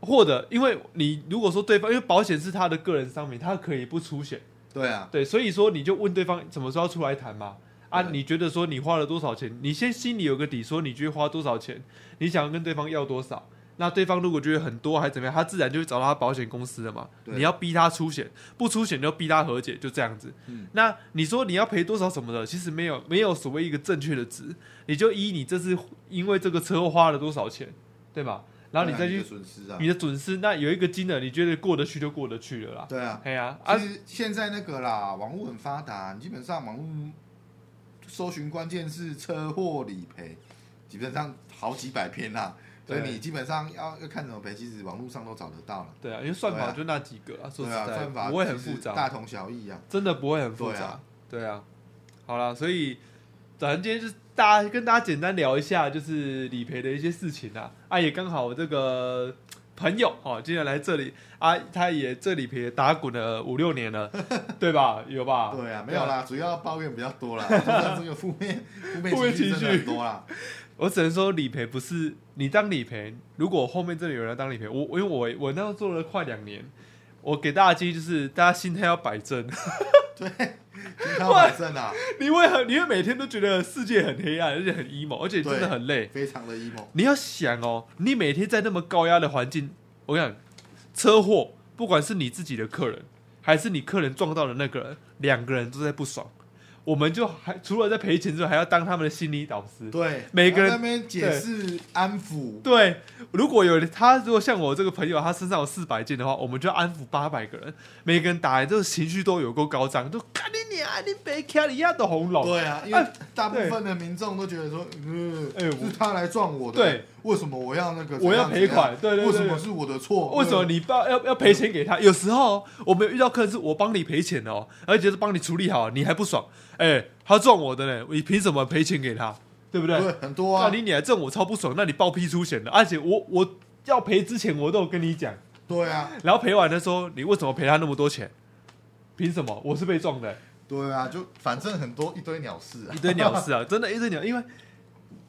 Speaker 2: 或者，因为你如果说对方，因为保险是他的个人商品，他可以不出险，
Speaker 3: 对啊，
Speaker 2: 对，所以说你就问对方什么时候要出来谈嘛。啊，
Speaker 3: 对
Speaker 2: 你觉得说你花了多少钱？你先心里有个底，说你觉得花多少钱，你想要跟对方要多少？那对方如果觉得很多还怎么样，他自然就会找到他保险公司了嘛。
Speaker 3: 对
Speaker 2: 你要逼他出险，不出险就逼他和解，就这样子。
Speaker 3: 嗯
Speaker 2: 那你说你要赔多少什么的，其实没有没有所谓一个正确的值，你就依你这次因为这个车祸花了多少钱，对吧？然后你再
Speaker 3: 对啊
Speaker 2: 去、
Speaker 3: 的损失啊
Speaker 2: 你，的损失，那有一个金额，你觉得过得去就过得去了啦。
Speaker 3: 对啊。
Speaker 2: 哎呀、啊，
Speaker 3: 其实现在那个啦，网络很发达，你基本上网络搜寻关键是车祸理赔，基本上好几百篇啦，所
Speaker 2: 对
Speaker 3: 以你基本上要要看怎么赔，其实网络上都找得到了。
Speaker 2: 对啊，因为算
Speaker 3: 对
Speaker 2: 法
Speaker 3: 啊
Speaker 2: 就那几个啊，说
Speaker 3: 对
Speaker 2: 实
Speaker 3: 啊，
Speaker 2: 在
Speaker 3: 算法
Speaker 2: 不会很
Speaker 3: 其实
Speaker 2: 复
Speaker 3: 大
Speaker 2: 杂，
Speaker 3: 同小异啊。
Speaker 2: 真的不会很复
Speaker 3: 对
Speaker 2: 杂
Speaker 3: 啊。
Speaker 2: 对啊，好啦，所以咱今天就是大家跟大家简单聊一下，就是理赔的一些事情啊。啊，也刚好我这个朋友哦，今天来这里啊，他也这理赔打滚了五六年 了，对吧？有吧？
Speaker 3: 对啊，没有啦，主要抱怨比较多 啦，就是这个负面负面
Speaker 2: 负面
Speaker 3: 情
Speaker 2: 情
Speaker 3: 绪真的
Speaker 2: 绪
Speaker 3: 很 多啦。
Speaker 2: 我只能说理赔不是你当理赔，如果后面真的有人要当理赔，我我因为我我那时候做了快两年，我给大家建议就是大家心态要摆正。
Speaker 3: 你看百胜啊，
Speaker 2: 你会很，你会每天都觉得世界很黑暗，而且很 emo，而且真的很累。
Speaker 3: 非常的 emo。
Speaker 2: 你要想哦，你每天在那么高压的环境，我跟你讲，车祸，不管是你自己的客人，还是你客人撞到的那个人，两个人都在不爽。我们就还除了在赔钱之外，还要当他们的心理导师。
Speaker 3: 对，
Speaker 2: 每个人
Speaker 3: 然后在那边解释安抚，
Speaker 2: 对，如果有他，如果像我这个朋友，他身上有四百件的话，我们就要安抚八百个人，每个人打来，这个情绪都有够高涨，都看你娘，你别看你丫的红龙。
Speaker 3: 对啊，因为大部分的民众都觉得说，嗯，
Speaker 2: 哎我
Speaker 3: 是他来撞我的，
Speaker 2: 对，
Speaker 3: 为什么我要那个？
Speaker 2: 我要
Speaker 3: 怎样
Speaker 2: 赔款
Speaker 3: 怎
Speaker 2: 对对
Speaker 3: 样
Speaker 2: 对
Speaker 3: 为什么是我的错？
Speaker 2: 为什么你爸要要赔钱给他？有时候我们有遇到客人是我帮你赔钱的哦，而且是帮你处理好，你还不爽，哎、他撞我的呢，你凭什么赔钱给他？对不对？
Speaker 3: 对对很多
Speaker 2: 那
Speaker 3: 啊？
Speaker 2: 你你还挣我超不爽，那你报批出险的，而且我我要赔之前我都有跟你讲，
Speaker 3: 对啊，
Speaker 2: 然后赔完的时候，你为什么赔他那么多钱？凭什么？我是被撞的、
Speaker 3: 对啊，就反正很多一堆鸟事啊
Speaker 2: 一。堆鸟事啊，真的，一堆鸟，因为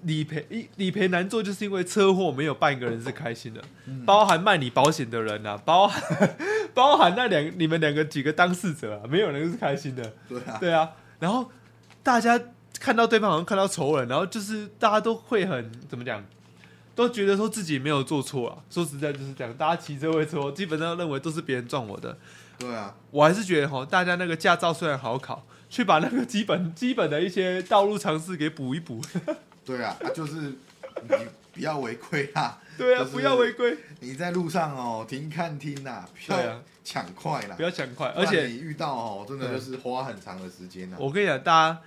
Speaker 2: 理赔一理赔难做，就是因为车祸没有半个人是开心的，包含卖你保险的人啊，包含 包含那两你们两个几个当事者啊，没有人是开心的，
Speaker 3: 对啊，
Speaker 2: 对啊，然后大家看到对方好像看到仇人，然后就是大家都会很怎么讲，都觉得说自己没有做错啊，说实在就是这样，大家骑车会车祸，基本上认为都是别人撞我的，
Speaker 3: 对啊，
Speaker 2: 我还是觉得哈，大家那个驾照虽然好考，去把那个基本 基本的一些道路常识给补一补。
Speaker 3: 对啊，啊就是你不要违规啊，
Speaker 2: 对啊，
Speaker 3: 就是
Speaker 2: 不要违规，
Speaker 3: 你在路上哦，停看听呐，不
Speaker 2: 对
Speaker 3: 要
Speaker 2: 啊
Speaker 3: 抢快啦
Speaker 2: 不。要抢快。
Speaker 3: 不
Speaker 2: 而
Speaker 3: 然
Speaker 2: 且
Speaker 3: 你遇到哦，真的就是花很长的时间啊。
Speaker 2: 我跟你讲，大家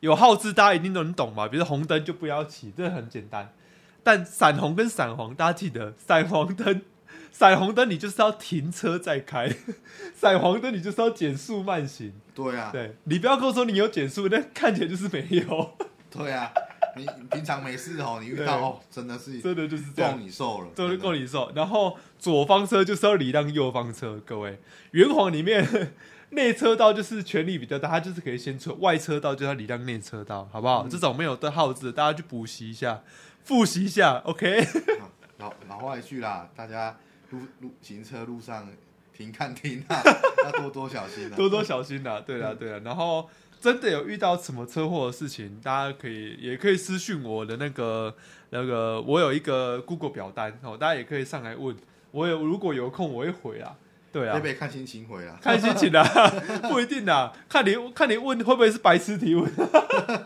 Speaker 2: 有好字，大家一定都能懂嘛。比如说红灯就不要骑，这很简单。但闪红跟闪黄，大家记得，闪黄灯， 闪红灯你就是要停车再开， 闪黄灯你就是要减速慢行。
Speaker 3: 对啊，
Speaker 2: 对你不要跟我说你有减速，但看起来就是没有，
Speaker 3: 对啊，你你平常没事哦，你遇到
Speaker 2: 对
Speaker 3: 哦，真的是
Speaker 2: 真的就是这样
Speaker 3: 够。你受了，
Speaker 2: 都是
Speaker 3: 真的
Speaker 2: 够你受。然后左方车就是要礼让右方车，各位，圆环里面内车道就是权力比较大，它就是可以先出，外车道就要礼让内车道，好不好？这种没有的耗子，大家去补习一下，复习一下，OK？
Speaker 3: 啊老老话一句啦，大家路路行车 路上停看停啊，要多多小心啊。
Speaker 2: 啊多多小心啦、对啦、对啦、然后真的有遇到什么车祸的事情，大家可以也可以私讯我的那个那个，我有一个 Google 表单哦，大家也可以上来问。我有如果有空我会回啊，对啊
Speaker 3: 贝，贝看心情回啦。
Speaker 2: 看心情啦， 不一定啦，看你看你问会不会是白痴提问，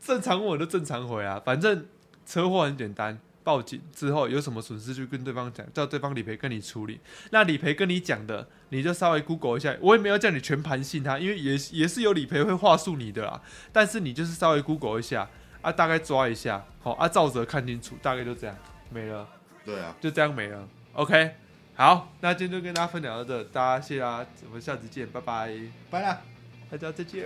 Speaker 2: 正常问我就正常回啊，反正车祸很简单。报警之后有什么损失就跟对方讲，叫对方理赔跟你处理。那理赔跟你讲的，你就稍微 Google 一下。我也没有叫你全盘信他，因为也也是有理赔会话术你的啦。但是你就是稍微 Google 一下啊，大概抓一下，好啊，照着看清楚，大概就这样没了。
Speaker 3: 对啊，
Speaker 2: 就这样没了。OK，好，那今啊天就跟大家分享到这，大家谢啦，我们下次见，拜拜，
Speaker 3: 拜啦。
Speaker 2: 大家再见。